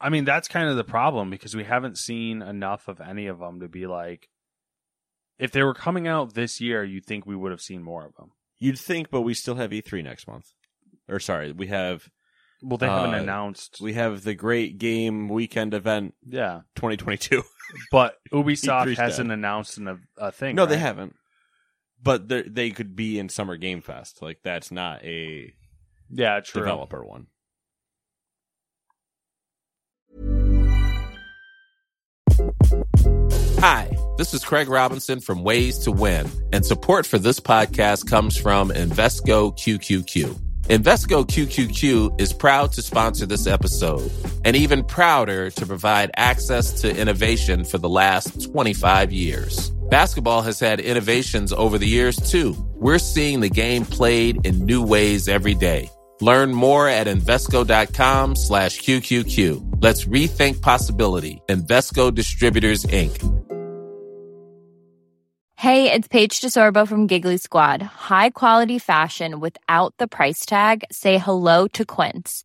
[SPEAKER 2] I mean, that's kind of the problem because we haven't seen enough of any of them to be like, if they were coming out this year, you'd think we would have seen more of them.
[SPEAKER 1] You'd think, but we still have E3 next month. Or sorry, we have
[SPEAKER 2] Well, they haven't
[SPEAKER 1] Uh,
[SPEAKER 2] announced.
[SPEAKER 1] we have the Great Game Weekend event
[SPEAKER 2] yeah,
[SPEAKER 1] 2022.
[SPEAKER 2] but
[SPEAKER 1] E3's
[SPEAKER 2] Ubisoft
[SPEAKER 1] dead.
[SPEAKER 2] hasn't announced an, a thing.
[SPEAKER 1] no, they
[SPEAKER 2] right?
[SPEAKER 1] haven't. But they're- they could be in Summer Game Fest. Like that's not a
[SPEAKER 2] Yeah, true.
[SPEAKER 1] developer one.
[SPEAKER 3] Hi, this is Craig Robinson from Ways to Win, and support for this podcast comes from Invesco QQQ. Invesco QQQ is proud to sponsor this episode and even prouder to provide access to innovation for the last 25 years. Basketball has had innovations over the years, too. We're seeing the game played in new ways every day. Learn more at Invesco.com slash QQQ. Let's rethink possibility. Invesco Distributors, Inc.
[SPEAKER 4] Hey, it's Paige DeSorbo from Giggly Squad. High quality fashion without the price tag. Say hello to Quince.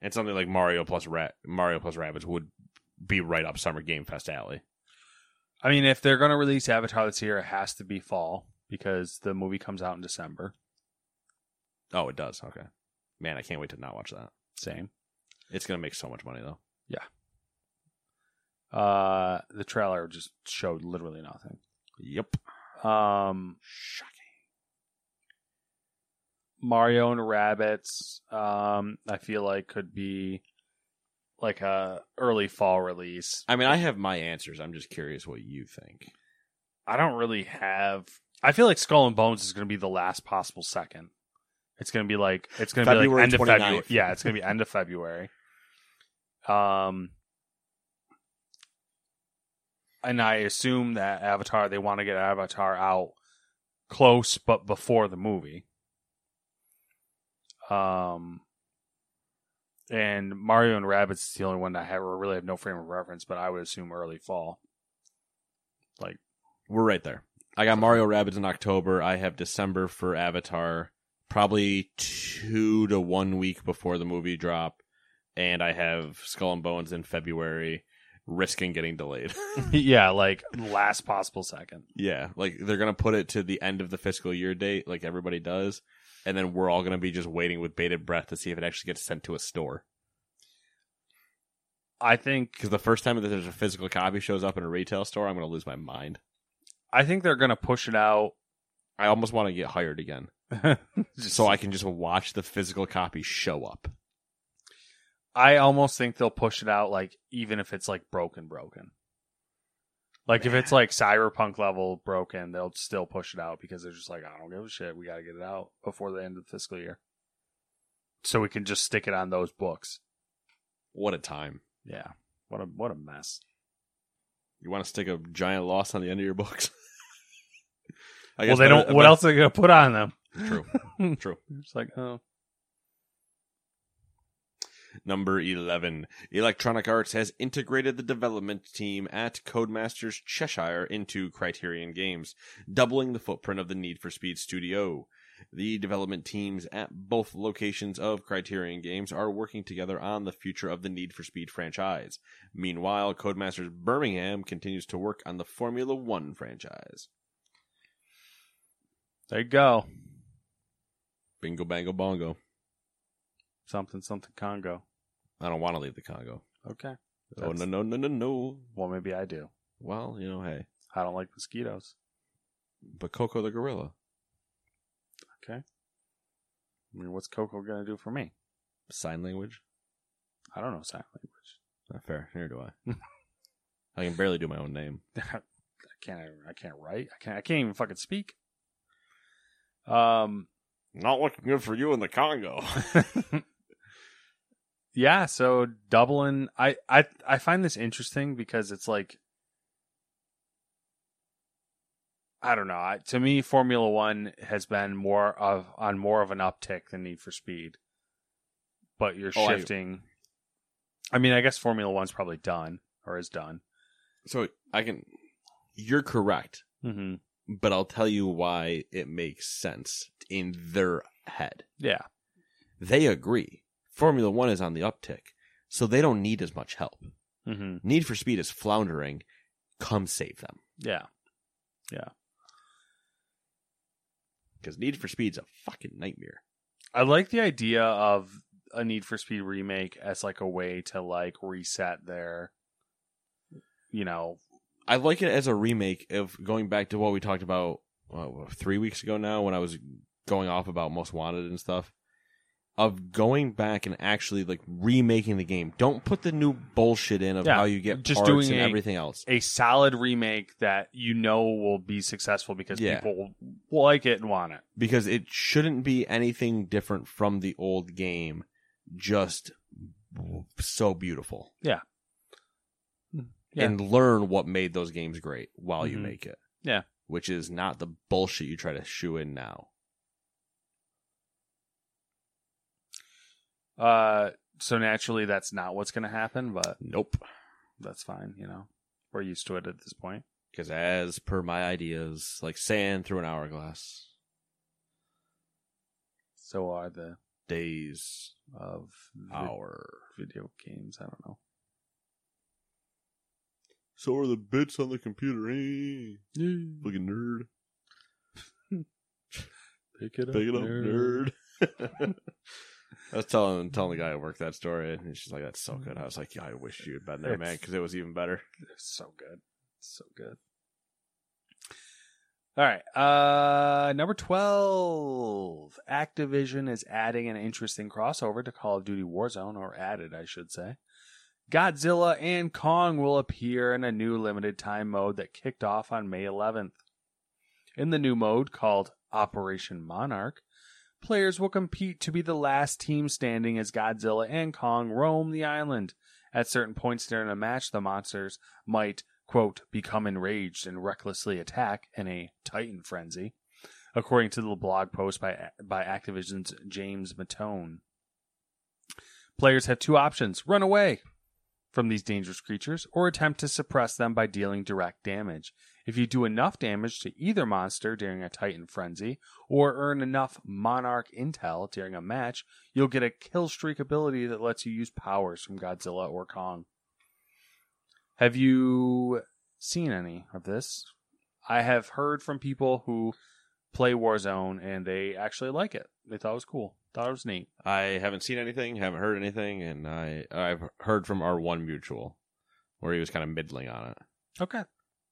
[SPEAKER 1] And something like Mario plus Ra- Mario plus Rabbids would be right up Summer Game Fest alley.
[SPEAKER 2] I mean, if they're gonna release Avatar this year, it has to be fall because the movie comes out in December.
[SPEAKER 1] Oh, it does. Okay. Man, I can't wait to not watch that.
[SPEAKER 2] Same.
[SPEAKER 1] It's gonna make so much money though.
[SPEAKER 2] Uh, the trailer just showed literally nothing.
[SPEAKER 1] Yep.
[SPEAKER 2] Um,
[SPEAKER 1] Shocking.
[SPEAKER 2] Mario and Rabbits, um, I feel like could be like a early fall release.
[SPEAKER 1] I mean, I have my answers. I'm just curious what you think.
[SPEAKER 2] I don't really have. I feel like Skull and Bones is going to be the last possible second. It's going to be like it's going to be
[SPEAKER 1] February
[SPEAKER 2] like end of
[SPEAKER 1] 29th.
[SPEAKER 2] February. Yeah, it's going to be end of February. Um, and I assume that Avatar they want to get Avatar out close but before the movie. Um, and Mario and Rabbits is the only one that I have, or really have no frame of reference, but I would assume early fall. Like.
[SPEAKER 1] We're right there. I got Mario Rabbids in October. I have December for Avatar, probably two to one week before the movie drop, and I have Skull and Bones in February, risking getting delayed.
[SPEAKER 2] yeah, like last possible second.
[SPEAKER 1] yeah, like they're gonna put it to the end of the fiscal year date, like everybody does, and then we're all gonna be just waiting with bated breath to see if it actually gets sent to a store.
[SPEAKER 2] I think
[SPEAKER 1] Because the first time that there's a physical copy shows up in a retail store, I'm gonna lose my mind.
[SPEAKER 2] I think they're gonna push it out.
[SPEAKER 1] I almost want to get hired again,
[SPEAKER 2] Just-
[SPEAKER 1] so I can just watch the physical copy show up.
[SPEAKER 2] I almost think they'll push it out like even if it's like broken broken. Like if it's like cyberpunk level broken, they'll still push it out because they're just like, I don't give a shit. We gotta get it out before the end of the fiscal year. So we can just stick it on those books.
[SPEAKER 1] What a time!
[SPEAKER 2] Yeah. What a what a mess.
[SPEAKER 1] You want to stick a giant loss on the end of your books? I
[SPEAKER 2] well they
[SPEAKER 1] better-
[SPEAKER 2] don't what
[SPEAKER 1] but-
[SPEAKER 2] else are they gonna put on them?
[SPEAKER 1] True. True.
[SPEAKER 2] It's like, oh
[SPEAKER 1] Number 11. Electronic Arts has integrated the development team at Codemasters Cheshire into Criterion Games, doubling the footprint of the Need for Speed studio. The development teams at both locations of Criterion Games are working together on the future of the Need for Speed franchise. Meanwhile, Codemasters Birmingham continues to work on the Formula One franchise.
[SPEAKER 2] there you go.
[SPEAKER 1] Bingo, bango, bongo.
[SPEAKER 2] Something something Congo.
[SPEAKER 1] I don't want to leave the Congo.
[SPEAKER 2] Okay.
[SPEAKER 1] Oh,
[SPEAKER 2] That's-
[SPEAKER 1] no, no, no, no, no.
[SPEAKER 2] Well maybe I do.
[SPEAKER 1] Well, you know, hey.
[SPEAKER 2] I don't like mosquitoes.
[SPEAKER 1] But Coco the Gorilla.
[SPEAKER 2] Okay. I mean what's Coco gonna do for me?
[SPEAKER 1] Sign language?
[SPEAKER 2] I don't know sign language.
[SPEAKER 1] Not fair. Neither do I. I can barely do my own name.
[SPEAKER 2] I can't. I can't write. I can't. I can't even fucking speak. Um.
[SPEAKER 1] Not looking good for you in the Congo.
[SPEAKER 2] yeah. So Dublin. I. I. I find this interesting because it's like. I don't know. I, to me, Formula One has been more of on more of an uptick than Need for Speed. But you're
[SPEAKER 1] Oh, I-
[SPEAKER 2] shifting. I mean, I guess Formula One's probably done or is done.
[SPEAKER 1] so I can. You're correct,
[SPEAKER 2] Mm-hmm.
[SPEAKER 1] but I'll tell you why it makes sense in their head.
[SPEAKER 2] Yeah.
[SPEAKER 1] They agree. Formula One is on the uptick, so they don't need as much help.
[SPEAKER 2] Mm-hmm.
[SPEAKER 1] Need for Speed is floundering. Come save them.
[SPEAKER 2] Yeah.
[SPEAKER 1] Because Need for Speed's a fucking nightmare.
[SPEAKER 2] I like the idea of a Need for Speed remake as like a way to like reset their, you know,
[SPEAKER 1] I like it as a remake of going back to what we talked about uh, three weeks ago now when I was going off about Most Wanted and stuff. Of going back and actually like remaking the game. Don't put the new bullshit in of
[SPEAKER 2] Yeah,
[SPEAKER 1] how you get
[SPEAKER 2] just
[SPEAKER 1] parts
[SPEAKER 2] doing
[SPEAKER 1] and
[SPEAKER 2] a-
[SPEAKER 1] everything else.
[SPEAKER 2] a solid remake that you know will be successful because
[SPEAKER 1] Yeah.
[SPEAKER 2] people will like it and want it.
[SPEAKER 1] Because it shouldn't be anything different from the old game. Just so beautiful.
[SPEAKER 2] Yeah. Yeah.
[SPEAKER 1] And learn what made those games great while you
[SPEAKER 2] Mhm.
[SPEAKER 1] make it.
[SPEAKER 2] Yeah.
[SPEAKER 1] Which is not the bullshit you try to shoe in now.
[SPEAKER 2] Uh, so naturally, that's not what's going to happen, but
[SPEAKER 1] Nope.
[SPEAKER 2] that's fine. You know, we're used to it at this point.
[SPEAKER 1] Because as per my ideas, like sand through an hourglass,
[SPEAKER 2] So are the
[SPEAKER 1] days,
[SPEAKER 2] of the
[SPEAKER 1] hour.
[SPEAKER 2] video games. I don't know.
[SPEAKER 1] So are the bits on the computer, eh? Fucking nerd.
[SPEAKER 2] Pick it
[SPEAKER 1] Pick it up, nerd. I was telling telling the guy at work that story, and she's like, "That's so good." I was like, "Yeah, I wish you had been there, man, because it was even better."
[SPEAKER 2] They're so good. So good. All right. Uh number 12. Activision is adding an interesting crossover to Call of Duty Warzone or added, I should say. Godzilla and Kong will appear in a new limited time mode that kicked off on May 11th. In the new mode called Operation Monarch, players will compete to be the last team standing as Godzilla and Kong roam the island. At certain points during a match, the monsters might, quote, become enraged and recklessly attack in a Titan frenzy, according to the blog post by, by Activision's James Matone. Players have two options run away from these dangerous creatures or attempt to suppress them by dealing direct damage. If you do enough damage to either monster during a Titan frenzy or earn enough Monarch intel during a match, you'll get a kill streak ability that lets you use powers from Godzilla or Kong. Have you seen any of this? I have heard from people who play Warzone and they actually like it. They thought it was cool. Thought it was neat.
[SPEAKER 1] I haven't seen anything, haven't heard anything, and I I've heard from our one mutual where he was kind of middling on it,
[SPEAKER 2] Okay,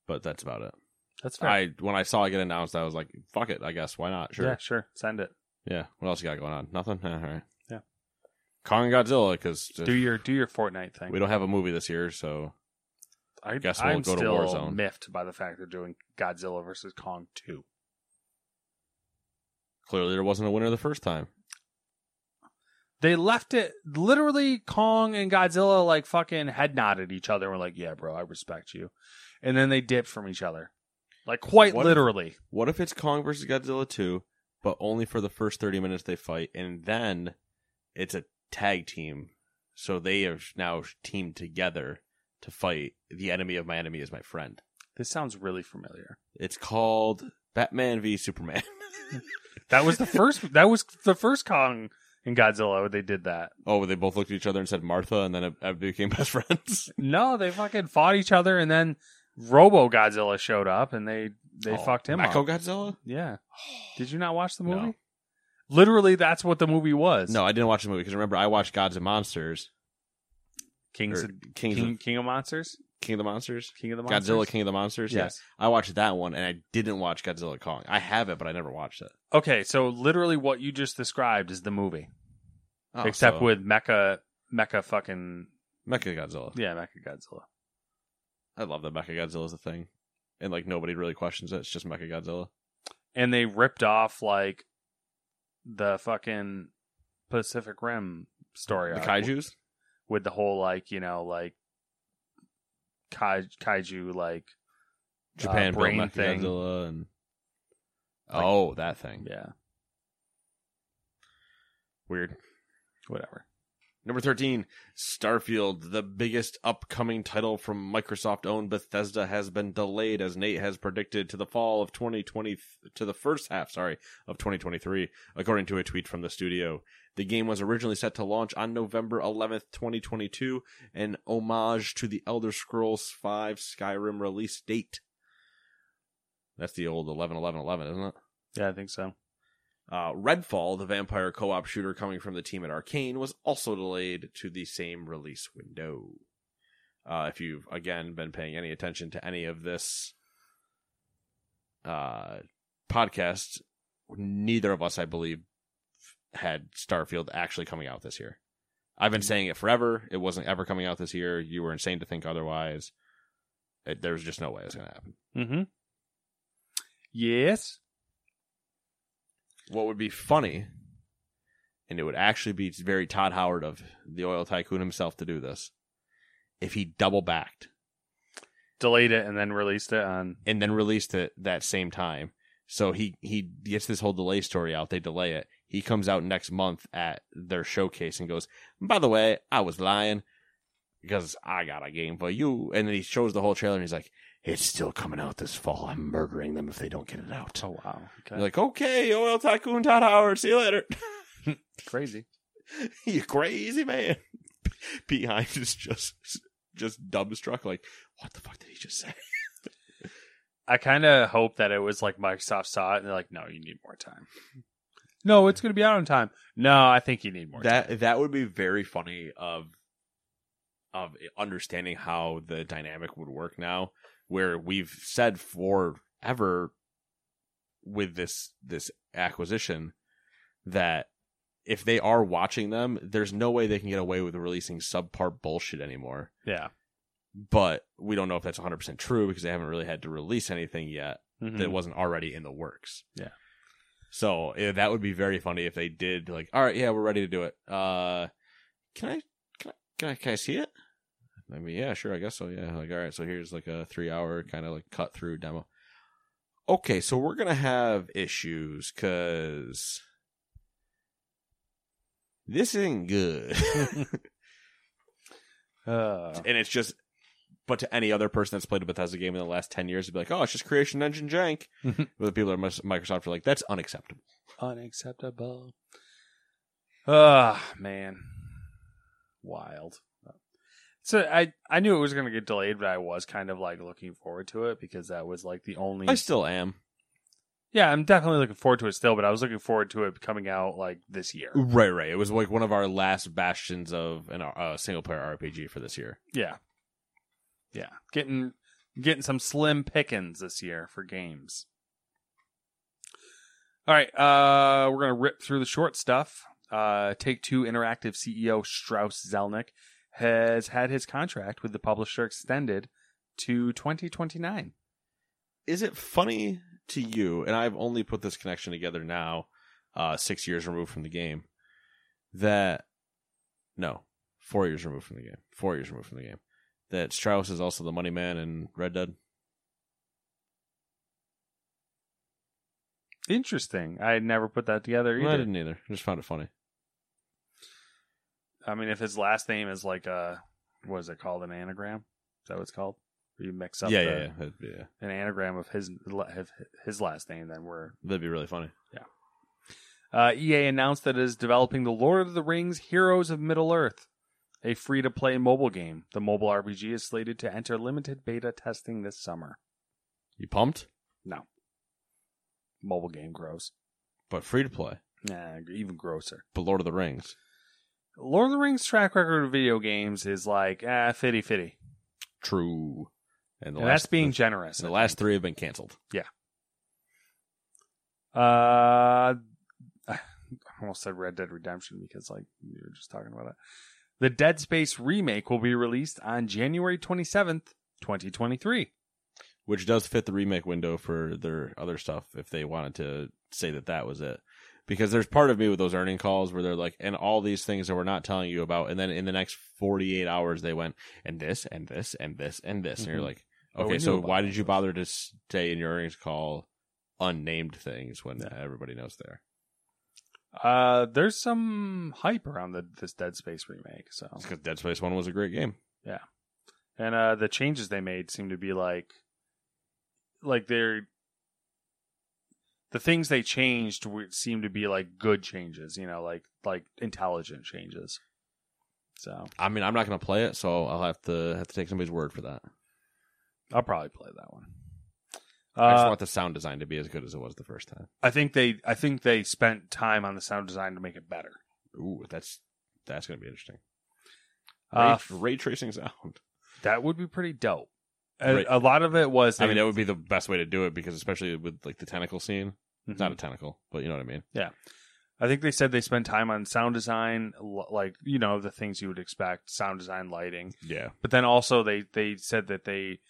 [SPEAKER 1] but that's about it.
[SPEAKER 2] that's fair.
[SPEAKER 1] I when I saw it get announced, I was like, "Fuck it, I guess why not?" Sure,
[SPEAKER 2] Yeah,
[SPEAKER 1] yeah.
[SPEAKER 2] sure. Send it.
[SPEAKER 1] What else you got going on? Nothing. Eh, All right.
[SPEAKER 2] Yeah.
[SPEAKER 1] Kong and Godzilla because
[SPEAKER 2] Do your do your Fortnite thing.
[SPEAKER 1] we don't have a movie this year, so
[SPEAKER 2] I
[SPEAKER 1] guess we'll
[SPEAKER 2] I'm
[SPEAKER 1] go to
[SPEAKER 2] still
[SPEAKER 1] Warzone.
[SPEAKER 2] miffed by the fact they're doing Godzilla versus Kong two.
[SPEAKER 1] clearly there wasn't a winner the first time.
[SPEAKER 2] They left it literally Kong and Godzilla like fucking head nodded each other. and We're like, yeah, bro, I respect you, and then they dipped from each other, like quite
[SPEAKER 1] What if-
[SPEAKER 2] literally.
[SPEAKER 1] What if it's Kong versus Godzilla 2, but only for the first 30 minutes they fight, and then it's a tag team? So they are now teamed together to fight the enemy of my enemy is my friend.
[SPEAKER 2] This sounds really familiar.
[SPEAKER 1] It's called Batman v Superman.
[SPEAKER 2] That was the first. that was the first Kong and Godzilla. where They did that.
[SPEAKER 1] oh, they both looked at each other and said Martha, and then it, it became best friends.
[SPEAKER 2] No, they fucking fought each other, and then Robo Godzilla showed up, and they they
[SPEAKER 1] Oh,
[SPEAKER 2] fucked him
[SPEAKER 1] Mecho
[SPEAKER 2] up.
[SPEAKER 1] Godzilla?
[SPEAKER 2] Yeah. Did you not watch the
[SPEAKER 1] No.
[SPEAKER 2] movie? Literally, that's what the movie was.
[SPEAKER 1] No, I didn't watch the movie because remember, I watched Gods and Monsters.
[SPEAKER 2] Kings
[SPEAKER 1] or
[SPEAKER 2] of,
[SPEAKER 1] Kings
[SPEAKER 2] King,
[SPEAKER 1] of-
[SPEAKER 2] King of Monsters,
[SPEAKER 1] King of the Monsters?
[SPEAKER 2] King of the Monsters,
[SPEAKER 1] Godzilla, King of the Monsters? Yeah.
[SPEAKER 2] Yes.
[SPEAKER 1] I watched that one, and I didn't watch Godzilla Kong. I have it, but I never watched it.
[SPEAKER 2] Okay, so literally what you just described is the movie,
[SPEAKER 1] Oh,
[SPEAKER 2] except
[SPEAKER 1] so-
[SPEAKER 2] with Mecha, Mecha fucking
[SPEAKER 1] Mecha Godzilla.
[SPEAKER 2] yeah, Mecha Godzilla.
[SPEAKER 1] I love that Mecha Godzilla's a thing. And like nobody really questions it. It's just Mecha Godzilla.
[SPEAKER 2] and they ripped off like the fucking Pacific Rim story.
[SPEAKER 1] The
[SPEAKER 2] arc
[SPEAKER 1] kaijus?
[SPEAKER 2] with the whole like you know like kai- kaiju like
[SPEAKER 1] Japan built
[SPEAKER 2] brain
[SPEAKER 1] Mecha
[SPEAKER 2] thing.
[SPEAKER 1] Godzilla and Oh, that thing.
[SPEAKER 2] yeah
[SPEAKER 1] Weird.
[SPEAKER 2] whatever.
[SPEAKER 1] Number 13, Starfield, the biggest upcoming title from Microsoft owned Bethesda has been delayed as Nate has predicted to the fall of 2020 to the first half, sorry, of 2023, according to a tweet from the studio. The game was originally set to launch on November 11th, 2022, an homage to the Elder Scrolls 5 Skyrim release date. That's the old 11 11 11, isn't it?
[SPEAKER 2] Yeah, I think so.
[SPEAKER 1] Uh, Redfall, the vampire co op shooter coming from the team at Arcane, was also delayed to the same release window. Uh, if you've, again, been paying any attention to any of this uh, podcast, neither of us, I believe, had Starfield actually coming out this year. I've been saying it forever. It wasn't ever coming out this year. You were insane to think otherwise. It, there was just no way it's going to happen.
[SPEAKER 2] Mm-hmm. Yes.
[SPEAKER 1] what would be funny, and it would actually be very Todd Howard of the oil tycoon himself to do this, if he double backed
[SPEAKER 2] Delayed it and then released it on.
[SPEAKER 1] and then released it that same time. So he he gets this whole delay story out. They delay it. He comes out next month at their showcase and goes, "By the way, I was lying because I got a game for you." And then he shows the whole trailer and he's like, "It's still coming out this fall. I'm murdering them if they don't get it out."
[SPEAKER 2] Oh wow!
[SPEAKER 1] You're like, "Okay, oil tycoon Todd Howard, see you later."
[SPEAKER 2] crazy.
[SPEAKER 1] you crazy man. Pete Hines is just just dumbstruck, like, what the fuck did he just say?
[SPEAKER 2] I kind of hope that it was like Microsoft saw it and they're like, "No, you need more time." no, it's going to be out on time. No, I think you need more. time.
[SPEAKER 1] That that would be very funny of of understanding how the dynamic would work now, where we've said forever with this this acquisition that if they are watching them, there's no way they can get away with releasing subpar bullshit anymore.
[SPEAKER 2] Yeah.
[SPEAKER 1] but we don't know if that's 100% true because they haven't really had to release anything yet that
[SPEAKER 2] Mhm.
[SPEAKER 1] wasn't already in the works.
[SPEAKER 2] Yeah.
[SPEAKER 1] So eh, that would be very funny if they did like, all right, yeah, we're ready to do it. Uh, can I, can I, can I, can I see it? I mean, yeah, sure, I guess so. Yeah, like, all right, so here's like a three hour kind of like cut through demo. Okay, so we're gonna have issues because this isn't good.
[SPEAKER 2] Uh,
[SPEAKER 1] and it's just but to any other person that's played a Bethesda game in the last 10 years, it'd be like, oh, it's just Creation Engine jank. but the people at Mis- Microsoft are like, that's unacceptable.
[SPEAKER 2] unacceptable. Ah, man. Wild. So I I knew it was going to get delayed, but I was kind of like looking forward to it because that was like the only.
[SPEAKER 1] I still am.
[SPEAKER 2] yeah, I'm definitely looking forward to it still, but I was looking forward to it coming out like this year.
[SPEAKER 1] Right, right. It was like one of our last bastions of an uh, single player RPG for this year.
[SPEAKER 2] Yeah, yeah, getting getting some slim pickings this year for games. All right, uh, we're gonna rip through the short stuff. Uh, Take Two Interactive CEO Strauss Zelnick has had his contract with the publisher extended to 2029.
[SPEAKER 1] Is it funny to you? And I've only put this connection together now, uh, six years removed from the game. That no, four years removed from the game. Four years removed from the game. That Strauss is also the money man in Red Dead.
[SPEAKER 2] Interesting. I had never put that together
[SPEAKER 1] I
[SPEAKER 2] either.
[SPEAKER 1] didn't either. I just found it funny.
[SPEAKER 2] I mean, if his last name is like a what is it called? An anagram? Is that what it's called? Where you mix up
[SPEAKER 1] Yeah,
[SPEAKER 2] the,
[SPEAKER 1] yeah, yeah, That'd be- yeah.
[SPEAKER 2] an anagram of his of his last name, then we're
[SPEAKER 1] That'd be really funny.
[SPEAKER 2] Uh, EA announced that it is developing the Lord of the Rings Heroes of Middle Earth, a free to play mobile game. The mobile RPG is slated to enter limited beta testing this summer.
[SPEAKER 1] You pumped,
[SPEAKER 2] No. Mobile game gross.
[SPEAKER 1] but free to play.
[SPEAKER 2] Nah, even grosser.
[SPEAKER 1] But Lord of the Rings.
[SPEAKER 2] Lord of the Rings track record of video games is like, ah, fitty fitty.
[SPEAKER 1] True. And,
[SPEAKER 2] And that's being
[SPEAKER 1] the-
[SPEAKER 2] generous.
[SPEAKER 1] and the last three have been canceled.
[SPEAKER 2] Uh, I almost said Red Dead Redemption because, like, we were just talking about it. The Dead Space remake will be released on January 27th, 2023.
[SPEAKER 1] which does fit the remake window for their other stuff if they wanted to say that that was it. Because there's part of me with those earning calls where they're like, and all these things that we're not telling you about, and then in the next 48 hours they went and this and this and this and this, and you're
[SPEAKER 2] Mhm.
[SPEAKER 1] like,
[SPEAKER 2] Oh, we
[SPEAKER 1] okay,
[SPEAKER 2] knew
[SPEAKER 1] so
[SPEAKER 2] about
[SPEAKER 1] why
[SPEAKER 2] all
[SPEAKER 1] did you
[SPEAKER 2] those.
[SPEAKER 1] bother to stay in your earnings call unnamed things when
[SPEAKER 2] Yeah.
[SPEAKER 1] everybody knows there?
[SPEAKER 2] Uh, there's some hype around the, this Dead Space remake, so
[SPEAKER 1] Because Dead Space One was a great game.
[SPEAKER 2] and uh, the changes they made seem to be like, like they're the things they changed were- seem to be like good changes, you know, like like intelligent changes. So
[SPEAKER 1] I mean, I'm not going to play it, so I'll have to have to take somebody's word for that.
[SPEAKER 2] I'll probably play that one.
[SPEAKER 1] I
[SPEAKER 2] Uh,
[SPEAKER 1] just want the sound design to be as good as it was the first time.
[SPEAKER 2] I think they I think they spent time on the sound design to make it better.
[SPEAKER 1] Ooh, that's that's going to be interesting. Ray,
[SPEAKER 2] Uh,
[SPEAKER 1] ray tracing sound.
[SPEAKER 2] that would be pretty dope. A,
[SPEAKER 1] Right.
[SPEAKER 2] a lot of it was
[SPEAKER 1] I mean, that would be the best way to do it because, especially with like the tentacle scene,
[SPEAKER 2] Mhm.
[SPEAKER 1] not a tentacle, but you know what I mean.
[SPEAKER 2] I think they said they spent time on sound design, l- like you know the things you would expect, sound design, lighting.
[SPEAKER 1] Yeah,
[SPEAKER 2] But then also they they said that they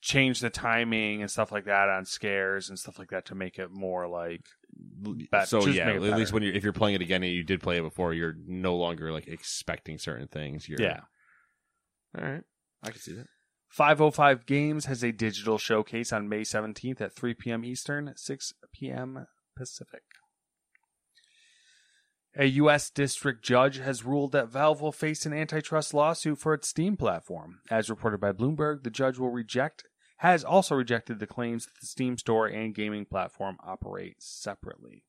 [SPEAKER 2] changed the timing and stuff like that on scares and stuff like that to make it more like Bet-
[SPEAKER 1] so
[SPEAKER 2] just
[SPEAKER 1] yeah,
[SPEAKER 2] make
[SPEAKER 1] at
[SPEAKER 2] it
[SPEAKER 1] least
[SPEAKER 2] better.
[SPEAKER 1] when you're if you're playing it again and you did play it before, you're no longer like expecting certain things. You're,
[SPEAKER 2] yeah.
[SPEAKER 1] all right, I can see that.
[SPEAKER 2] 505 Games has a digital showcase on May 17th at 3 p.m. Eastern, 6 p.m. Pacific. A U.S. district judge has ruled that Valve will face an antitrust lawsuit for its Steam platform. As reported by Bloomberg, the judge will reject, has also rejected the claims that the Steam store and gaming platform operate separately.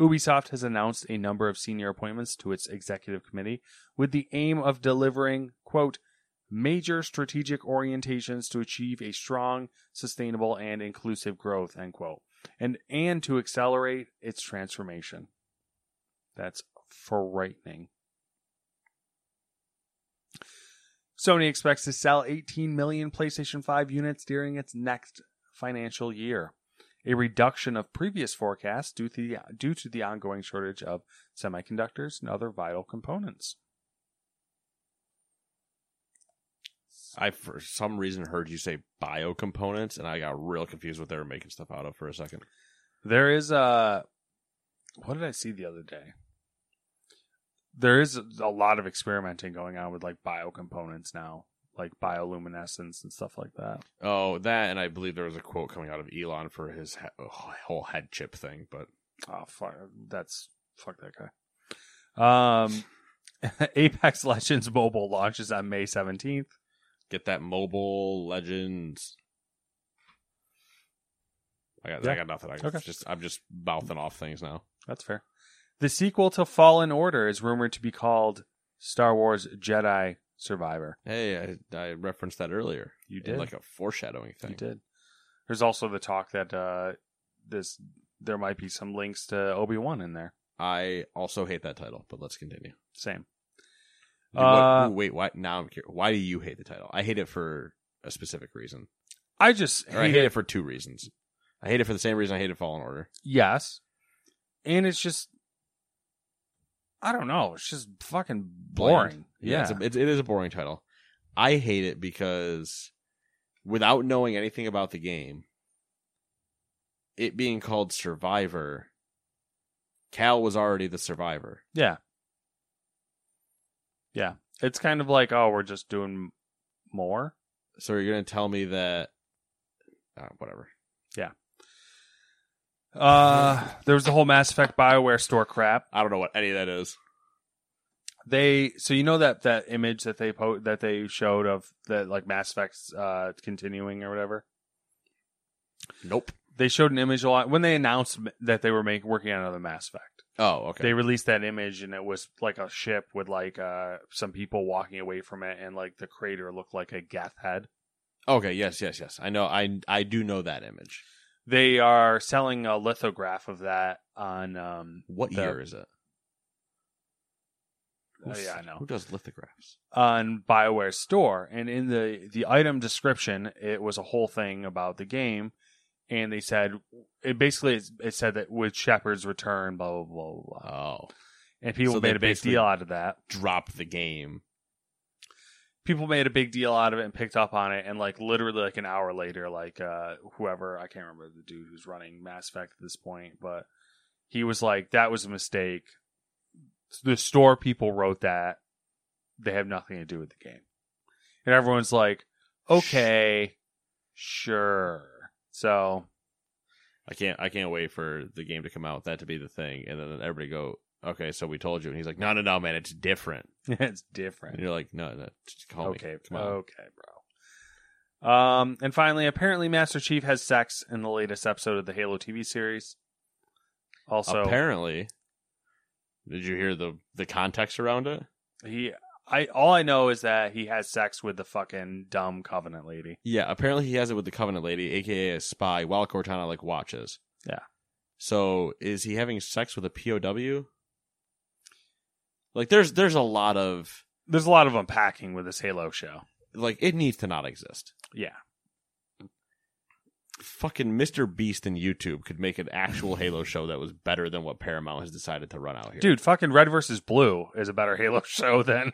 [SPEAKER 2] Ubisoft has announced a number of senior appointments to its executive committee with the aim of delivering, quote, major strategic orientations to achieve a strong, sustainable, and inclusive growth, end quote, and, and to accelerate its transformation. That's frightening. Sony expects to sell 18 million PlayStation 5 units during its next financial year, a reduction of previous forecasts due to the, due to the ongoing shortage of semiconductors and other vital components.
[SPEAKER 1] I for some reason heard you say bio components, and I got real confused what they were making stuff out of for a second.
[SPEAKER 2] There is a. What did I see the other day? There is a lot of experimenting going on with like biocomponents now, like bioluminescence and stuff like that.
[SPEAKER 1] Oh, that, and I believe there was a quote coming out of Elon for his he- oh, whole head chip thing, but
[SPEAKER 2] Oh fuck, that's fuck that guy. Um, Apex Legends Mobile launches on May seventeenth.
[SPEAKER 1] get that mobile legends. I got, I
[SPEAKER 2] Yeah.
[SPEAKER 1] got nothing. I
[SPEAKER 2] Okay.
[SPEAKER 1] just, I'm just mouthing off things now.
[SPEAKER 2] That's fair. The sequel to Fallen Order is rumored to be called Star Wars Jedi Survivor.
[SPEAKER 1] Hey, I, I referenced that earlier.
[SPEAKER 2] You
[SPEAKER 1] In
[SPEAKER 2] did.
[SPEAKER 1] like a foreshadowing thing.
[SPEAKER 2] You did. There's also the talk that uh, this there might be some links to Obi Wan in there.
[SPEAKER 1] I also hate that title, but let's continue.
[SPEAKER 2] Same.
[SPEAKER 1] Dude, what-
[SPEAKER 2] Uh,
[SPEAKER 1] ooh, wait, why? Now I'm curious. Why do you hate the title? I hate it for a specific reason,
[SPEAKER 2] I just
[SPEAKER 1] or I
[SPEAKER 2] hate
[SPEAKER 1] hate
[SPEAKER 2] it.
[SPEAKER 1] it for two reasons. I hate it for the same reason I hated Fallen Order.
[SPEAKER 2] Yes, and it's just I don't know. It's just fucking
[SPEAKER 1] Bland.
[SPEAKER 2] boring.
[SPEAKER 1] Yeah, it's a, it's it is a boring title. I hate it because without knowing anything about the game, it being called Survivor, Cal was already the survivor.
[SPEAKER 2] Yeah. Yeah. It's kind of like, oh, we're just doing more.
[SPEAKER 1] So you're gonna tell me that? Uh, whatever.
[SPEAKER 2] Uh there was the whole Mass Effect BioWare store crap.
[SPEAKER 1] I don't know what any of that is.
[SPEAKER 2] They so you know that that image that they po- that they showed of the like Mass Effect's uh continuing or whatever.
[SPEAKER 1] Nope.
[SPEAKER 2] They showed an image a lot when they announced m- that they were making working on another Mass Effect.
[SPEAKER 1] Oh, okay.
[SPEAKER 2] They released that image and it was like a ship with like uh some people walking away from it and like the crater looked like a Geth head.
[SPEAKER 1] Okay, yes, yes, yes. I know. I I do know that image.
[SPEAKER 2] They are selling a lithograph of that on um
[SPEAKER 1] What
[SPEAKER 2] the-
[SPEAKER 1] year is it?
[SPEAKER 2] Oh,
[SPEAKER 1] Who's-
[SPEAKER 2] yeah, I know.
[SPEAKER 1] Who does lithographs?
[SPEAKER 2] on BioWare's store, and in the the item description, it was a whole thing about the game, and they said it basically it said that with Shepard's return, blah blah blah, blah. blah.
[SPEAKER 1] Oh,
[SPEAKER 2] and people
[SPEAKER 1] so they
[SPEAKER 2] made a big
[SPEAKER 1] basically-
[SPEAKER 2] deal out of that.
[SPEAKER 1] drop the game.
[SPEAKER 2] People made a big deal out of it and picked up on it, and like literally like an hour later, like uh whoever I can't remember the dude who's running Mass Effect at this point, but he was like, "That was a mistake." The store people wrote that; they have nothing to do with the game. And everyone's like, okay, sure. So,
[SPEAKER 1] I can't. I can't wait for the game to come out. That to be the thing, and then everybody go, "Okay, so we told you." And he's like, "No, no, no, man, it's different."
[SPEAKER 2] it's
[SPEAKER 1] And
[SPEAKER 2] different.
[SPEAKER 1] you're like, "No, no, just call me."
[SPEAKER 2] Okay, oh,
[SPEAKER 1] Come on.
[SPEAKER 2] okay, bro. Um, and finally, apparently, Master Chief has sex in the latest episode of the Halo TV series. Also,
[SPEAKER 1] Apparently, did you hear the the context around it?
[SPEAKER 2] he, I, all I know is that he has sex with the fucking dumb Covenant lady.
[SPEAKER 1] Yeah, apparently he has it with the Covenant lady, aka a spy, while Cortana like watches.
[SPEAKER 2] Yeah.
[SPEAKER 1] So is he having sex with a POW? Like there's there's a lot of
[SPEAKER 2] There's a lot of unpacking with this Halo show.
[SPEAKER 1] like it needs to not exist.
[SPEAKER 2] Yeah,
[SPEAKER 1] Fucking Mr. Beast and YouTube could make an actual Halo show that was better than what Paramount has decided to run out here.
[SPEAKER 2] dude, fucking Red versus Blue is a better Halo show than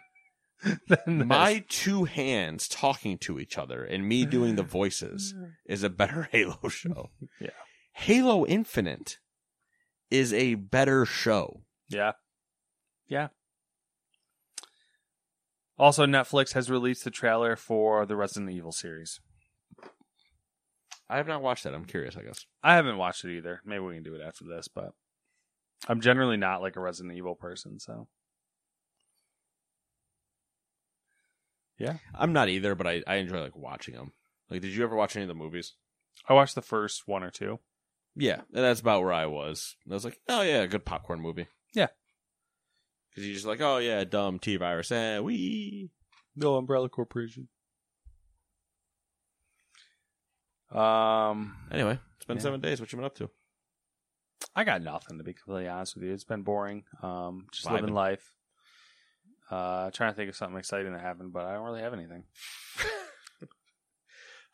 [SPEAKER 2] than this.
[SPEAKER 1] my two hands talking to each other and me doing the voices is a better Halo show.
[SPEAKER 2] Yeah.
[SPEAKER 1] Halo Infinite is a better show.
[SPEAKER 2] Yeah. Yeah. Also, Netflix has released the trailer for the Resident Evil series.
[SPEAKER 1] I have not watched that. I'm curious, I guess.
[SPEAKER 2] I haven't watched it either. Maybe we can do it after this, but I'm generally not like a Resident Evil person, so. Yeah.
[SPEAKER 1] I'm not either, but I, I enjoy like watching them. Like, did you ever watch any of the movies?
[SPEAKER 2] I watched the first one or two.
[SPEAKER 1] Yeah, that's about where I was. And I was like, oh yeah, good popcorn movie.
[SPEAKER 2] Yeah.
[SPEAKER 1] because you're just like, oh yeah, dumb T virus, eh, we.
[SPEAKER 2] No Umbrella Corporation. Um,
[SPEAKER 1] Anyway, it's been
[SPEAKER 2] Yeah.
[SPEAKER 1] seven days. What you been up to?
[SPEAKER 2] I got nothing to be completely honest with you. It's been boring. Um, just
[SPEAKER 1] Vibing.
[SPEAKER 2] living life. Uh, trying to think of something exciting that happened, but I don't really have anything.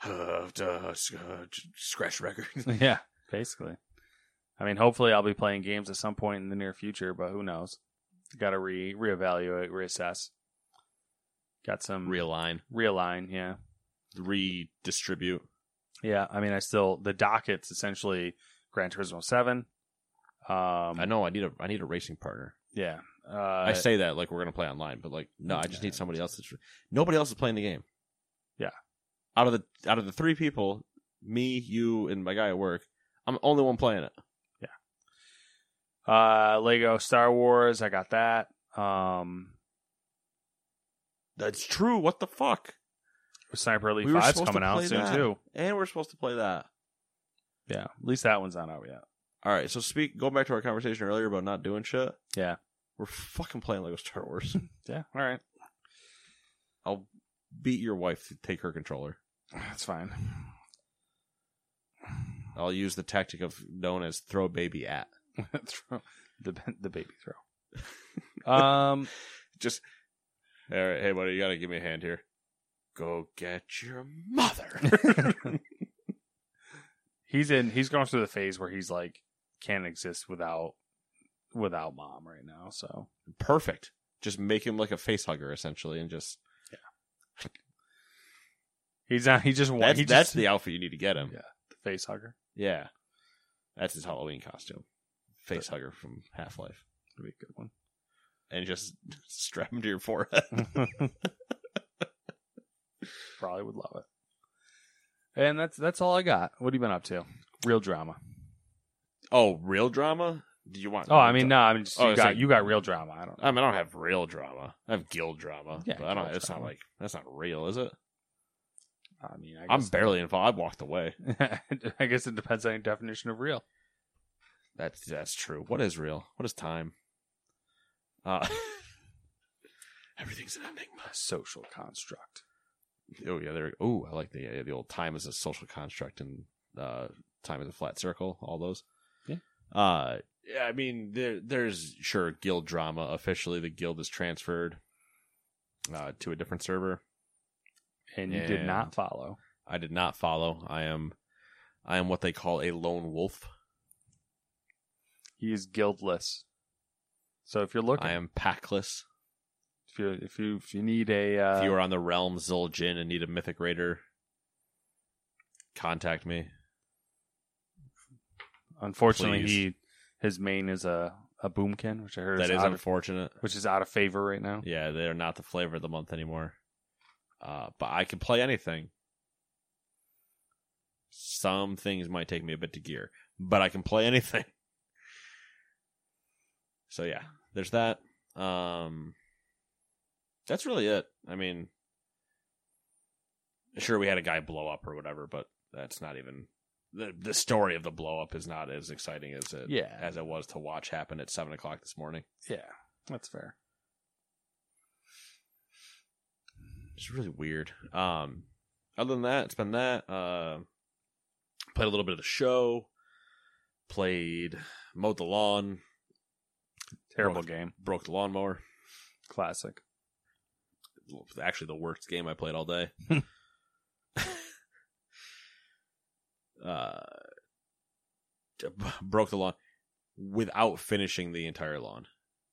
[SPEAKER 1] Uh, uh, sc- uh, scratch record.
[SPEAKER 2] yeah, basically. I mean, hopefully, I'll be playing games at some point in the near future, but who knows? Got to re reevaluate, reassess. Got some
[SPEAKER 1] Realign,
[SPEAKER 2] realign. Yeah,
[SPEAKER 1] redistribute.
[SPEAKER 2] yeah. I mean, I still the docket's essentially Gran Turismo Seven. Um,
[SPEAKER 1] I know I need a I need a racing partner.
[SPEAKER 2] Yeah, uh,
[SPEAKER 1] I say that like we're gonna play online, but like no, I just need somebody else. That's, nobody else is playing the game.
[SPEAKER 2] Yeah.
[SPEAKER 1] Out of the out of the three people, me, you, and my guy at work, I'm the only one playing it.
[SPEAKER 2] uh, Lego Star Wars. I got that. Um,
[SPEAKER 1] That's true. What the fuck?
[SPEAKER 2] Sniper Elite
[SPEAKER 1] We were
[SPEAKER 2] 5's
[SPEAKER 1] supposed to
[SPEAKER 2] coming out
[SPEAKER 1] play
[SPEAKER 2] soon
[SPEAKER 1] that.
[SPEAKER 2] too.
[SPEAKER 1] And we're supposed to play that.
[SPEAKER 2] Yeah, at least that one's not out yet.
[SPEAKER 1] All right, so speak. Going back to our conversation earlier about not doing shit,
[SPEAKER 2] Yeah.
[SPEAKER 1] we're fucking playing Lego Star Wars.
[SPEAKER 2] Yeah. All right.
[SPEAKER 1] I'll beat your wife to take her controller.
[SPEAKER 2] That's fine.
[SPEAKER 1] I'll use the tactic of known as throw baby at.
[SPEAKER 2] throw the the baby throw. um.
[SPEAKER 1] Just all right, hey buddy, you gotta give me a hand here. Go get your mother.
[SPEAKER 2] he's in he's going through the phase where he's like can't exist without without mom right now so
[SPEAKER 1] Perfect. Just make him like a face hugger essentially, and just
[SPEAKER 2] he's not he just
[SPEAKER 1] that's,
[SPEAKER 2] wants he
[SPEAKER 1] that's
[SPEAKER 2] just,
[SPEAKER 1] the outfit you need to get him.
[SPEAKER 2] Yeah. the face hugger
[SPEAKER 1] Yeah. That's his Halloween costume. Face hugger from Half Life.
[SPEAKER 2] would be a good one
[SPEAKER 1] And just strap him to your forehead.
[SPEAKER 2] probably would love it and that's that's all i got what have you been up to real drama
[SPEAKER 1] oh, real drama? Do you want
[SPEAKER 2] oh i mean no i mean just,
[SPEAKER 1] Oh, I
[SPEAKER 2] you
[SPEAKER 1] was
[SPEAKER 2] got
[SPEAKER 1] like-
[SPEAKER 2] you got real drama i don't know
[SPEAKER 1] I mean I don't have real drama. I have guild drama.
[SPEAKER 2] Yeah,
[SPEAKER 1] but I don't
[SPEAKER 2] guild
[SPEAKER 1] it's not
[SPEAKER 2] drama.
[SPEAKER 1] like that's not real, is it?
[SPEAKER 2] i mean I
[SPEAKER 1] I'm
[SPEAKER 2] guess,
[SPEAKER 1] barely involved. I walked away.
[SPEAKER 2] i guess it depends on your definition of real
[SPEAKER 1] That's that's true. What is real? What is time? Uh, everything's an enigma.
[SPEAKER 2] a social construct
[SPEAKER 1] Oh yeah, there. Oh, I like the idea of the old time is a social construct and uh, time is a flat circle. All those.
[SPEAKER 2] Yeah.
[SPEAKER 1] Uh, yeah, I mean, there there's sure guild drama. Officially, the guild is transferred uh, to a different server.
[SPEAKER 2] and you did
[SPEAKER 1] And-
[SPEAKER 2] not follow
[SPEAKER 1] I did not follow. I am, I am what they call a lone wolf.
[SPEAKER 2] he is guildless so if you're looking
[SPEAKER 1] I am packless.
[SPEAKER 2] if you if you if you need a uh,
[SPEAKER 1] if you are on the realm Zul'jin and need a mythic raider, contact me.
[SPEAKER 2] Unfortunately,
[SPEAKER 1] Please.
[SPEAKER 2] he his main is a a boomkin, which I heard
[SPEAKER 1] That is
[SPEAKER 2] out of,
[SPEAKER 1] unfortunate.
[SPEAKER 2] which is out of favor right now.
[SPEAKER 1] Yeah, they're not the flavor of the month anymore. Uh, but I can play anything. Some things might take me a bit to gear, but I can play anything. So yeah, there's that. Um, that's really it. I mean, sure we had a guy blow up or whatever, but that's not even the the story of the blow up is not as exciting as it
[SPEAKER 2] Yeah.
[SPEAKER 1] as it was to watch happen at seven o'clock this morning.
[SPEAKER 2] Yeah, that's fair.
[SPEAKER 1] It's really weird. Um, other than that, it's been that. Uh, played a little bit of the show. Played mowed the lawn,
[SPEAKER 2] Terrible
[SPEAKER 1] Broke-
[SPEAKER 2] game,
[SPEAKER 1] broke the lawnmower.
[SPEAKER 2] classic.
[SPEAKER 1] Actually, the worst game I played all day. uh, d- b- broke the lawn without finishing the entire lawn.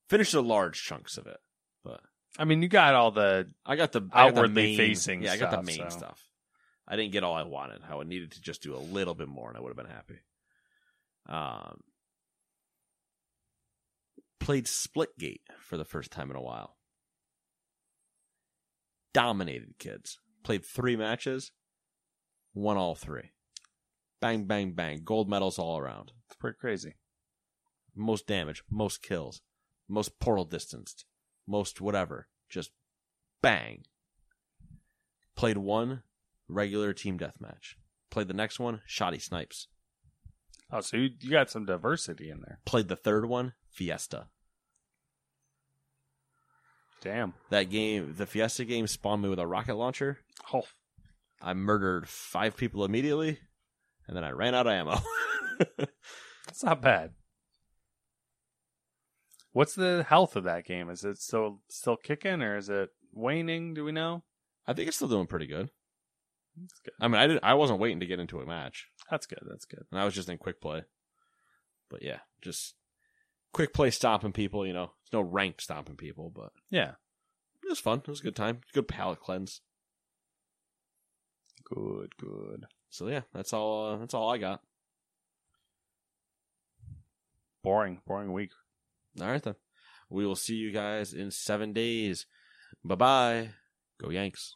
[SPEAKER 1] Finished the large chunks of it, but
[SPEAKER 2] I mean, you got all the
[SPEAKER 1] I got the I got the
[SPEAKER 2] Outwardly
[SPEAKER 1] main-
[SPEAKER 2] facing
[SPEAKER 1] Yeah, I got the
[SPEAKER 2] stuff,
[SPEAKER 1] main
[SPEAKER 2] so.
[SPEAKER 1] stuff. I didn't get all I wanted. I would needed to just do a little bit more, and I would have been happy. Um, played Splitgate for the first time in a while. Dominated kids. Played three matches, won all three. Bang, bang, bang. Gold medals all around.
[SPEAKER 2] it's pretty crazy.
[SPEAKER 1] Most damage, most kills, most portal distanced, most whatever. Just bang. Played one regular team deathmatch. Played the next one, shoddy snipes.
[SPEAKER 2] Oh, so you, you got some diversity in there.
[SPEAKER 1] Played the third one, fiesta.
[SPEAKER 2] Damn.
[SPEAKER 1] That game, the fiesta game spawned me with a rocket launcher.
[SPEAKER 2] Oh,
[SPEAKER 1] I murdered five people immediately, and then I ran out of ammo.
[SPEAKER 2] that's not bad. What's the health of that game? Is it still still kicking or is it waning? Do we know?
[SPEAKER 1] I think it's still doing pretty good.
[SPEAKER 2] That's good.
[SPEAKER 1] I mean, I didn't, I wasn't waiting to get into a match.
[SPEAKER 2] That's good. That's good.
[SPEAKER 1] and I was just in quick play. But yeah, just quick play stomping people. You know, it's no ranked stomping people, but
[SPEAKER 2] Yeah.
[SPEAKER 1] it was fun. It was a good time. Good palate cleanse.
[SPEAKER 2] Good. Good.
[SPEAKER 1] So yeah, that's all. Uh, that's all I got.
[SPEAKER 2] Boring. Boring week.
[SPEAKER 1] All right then, we will see you guys in seven days. Bye bye. Go Yanks.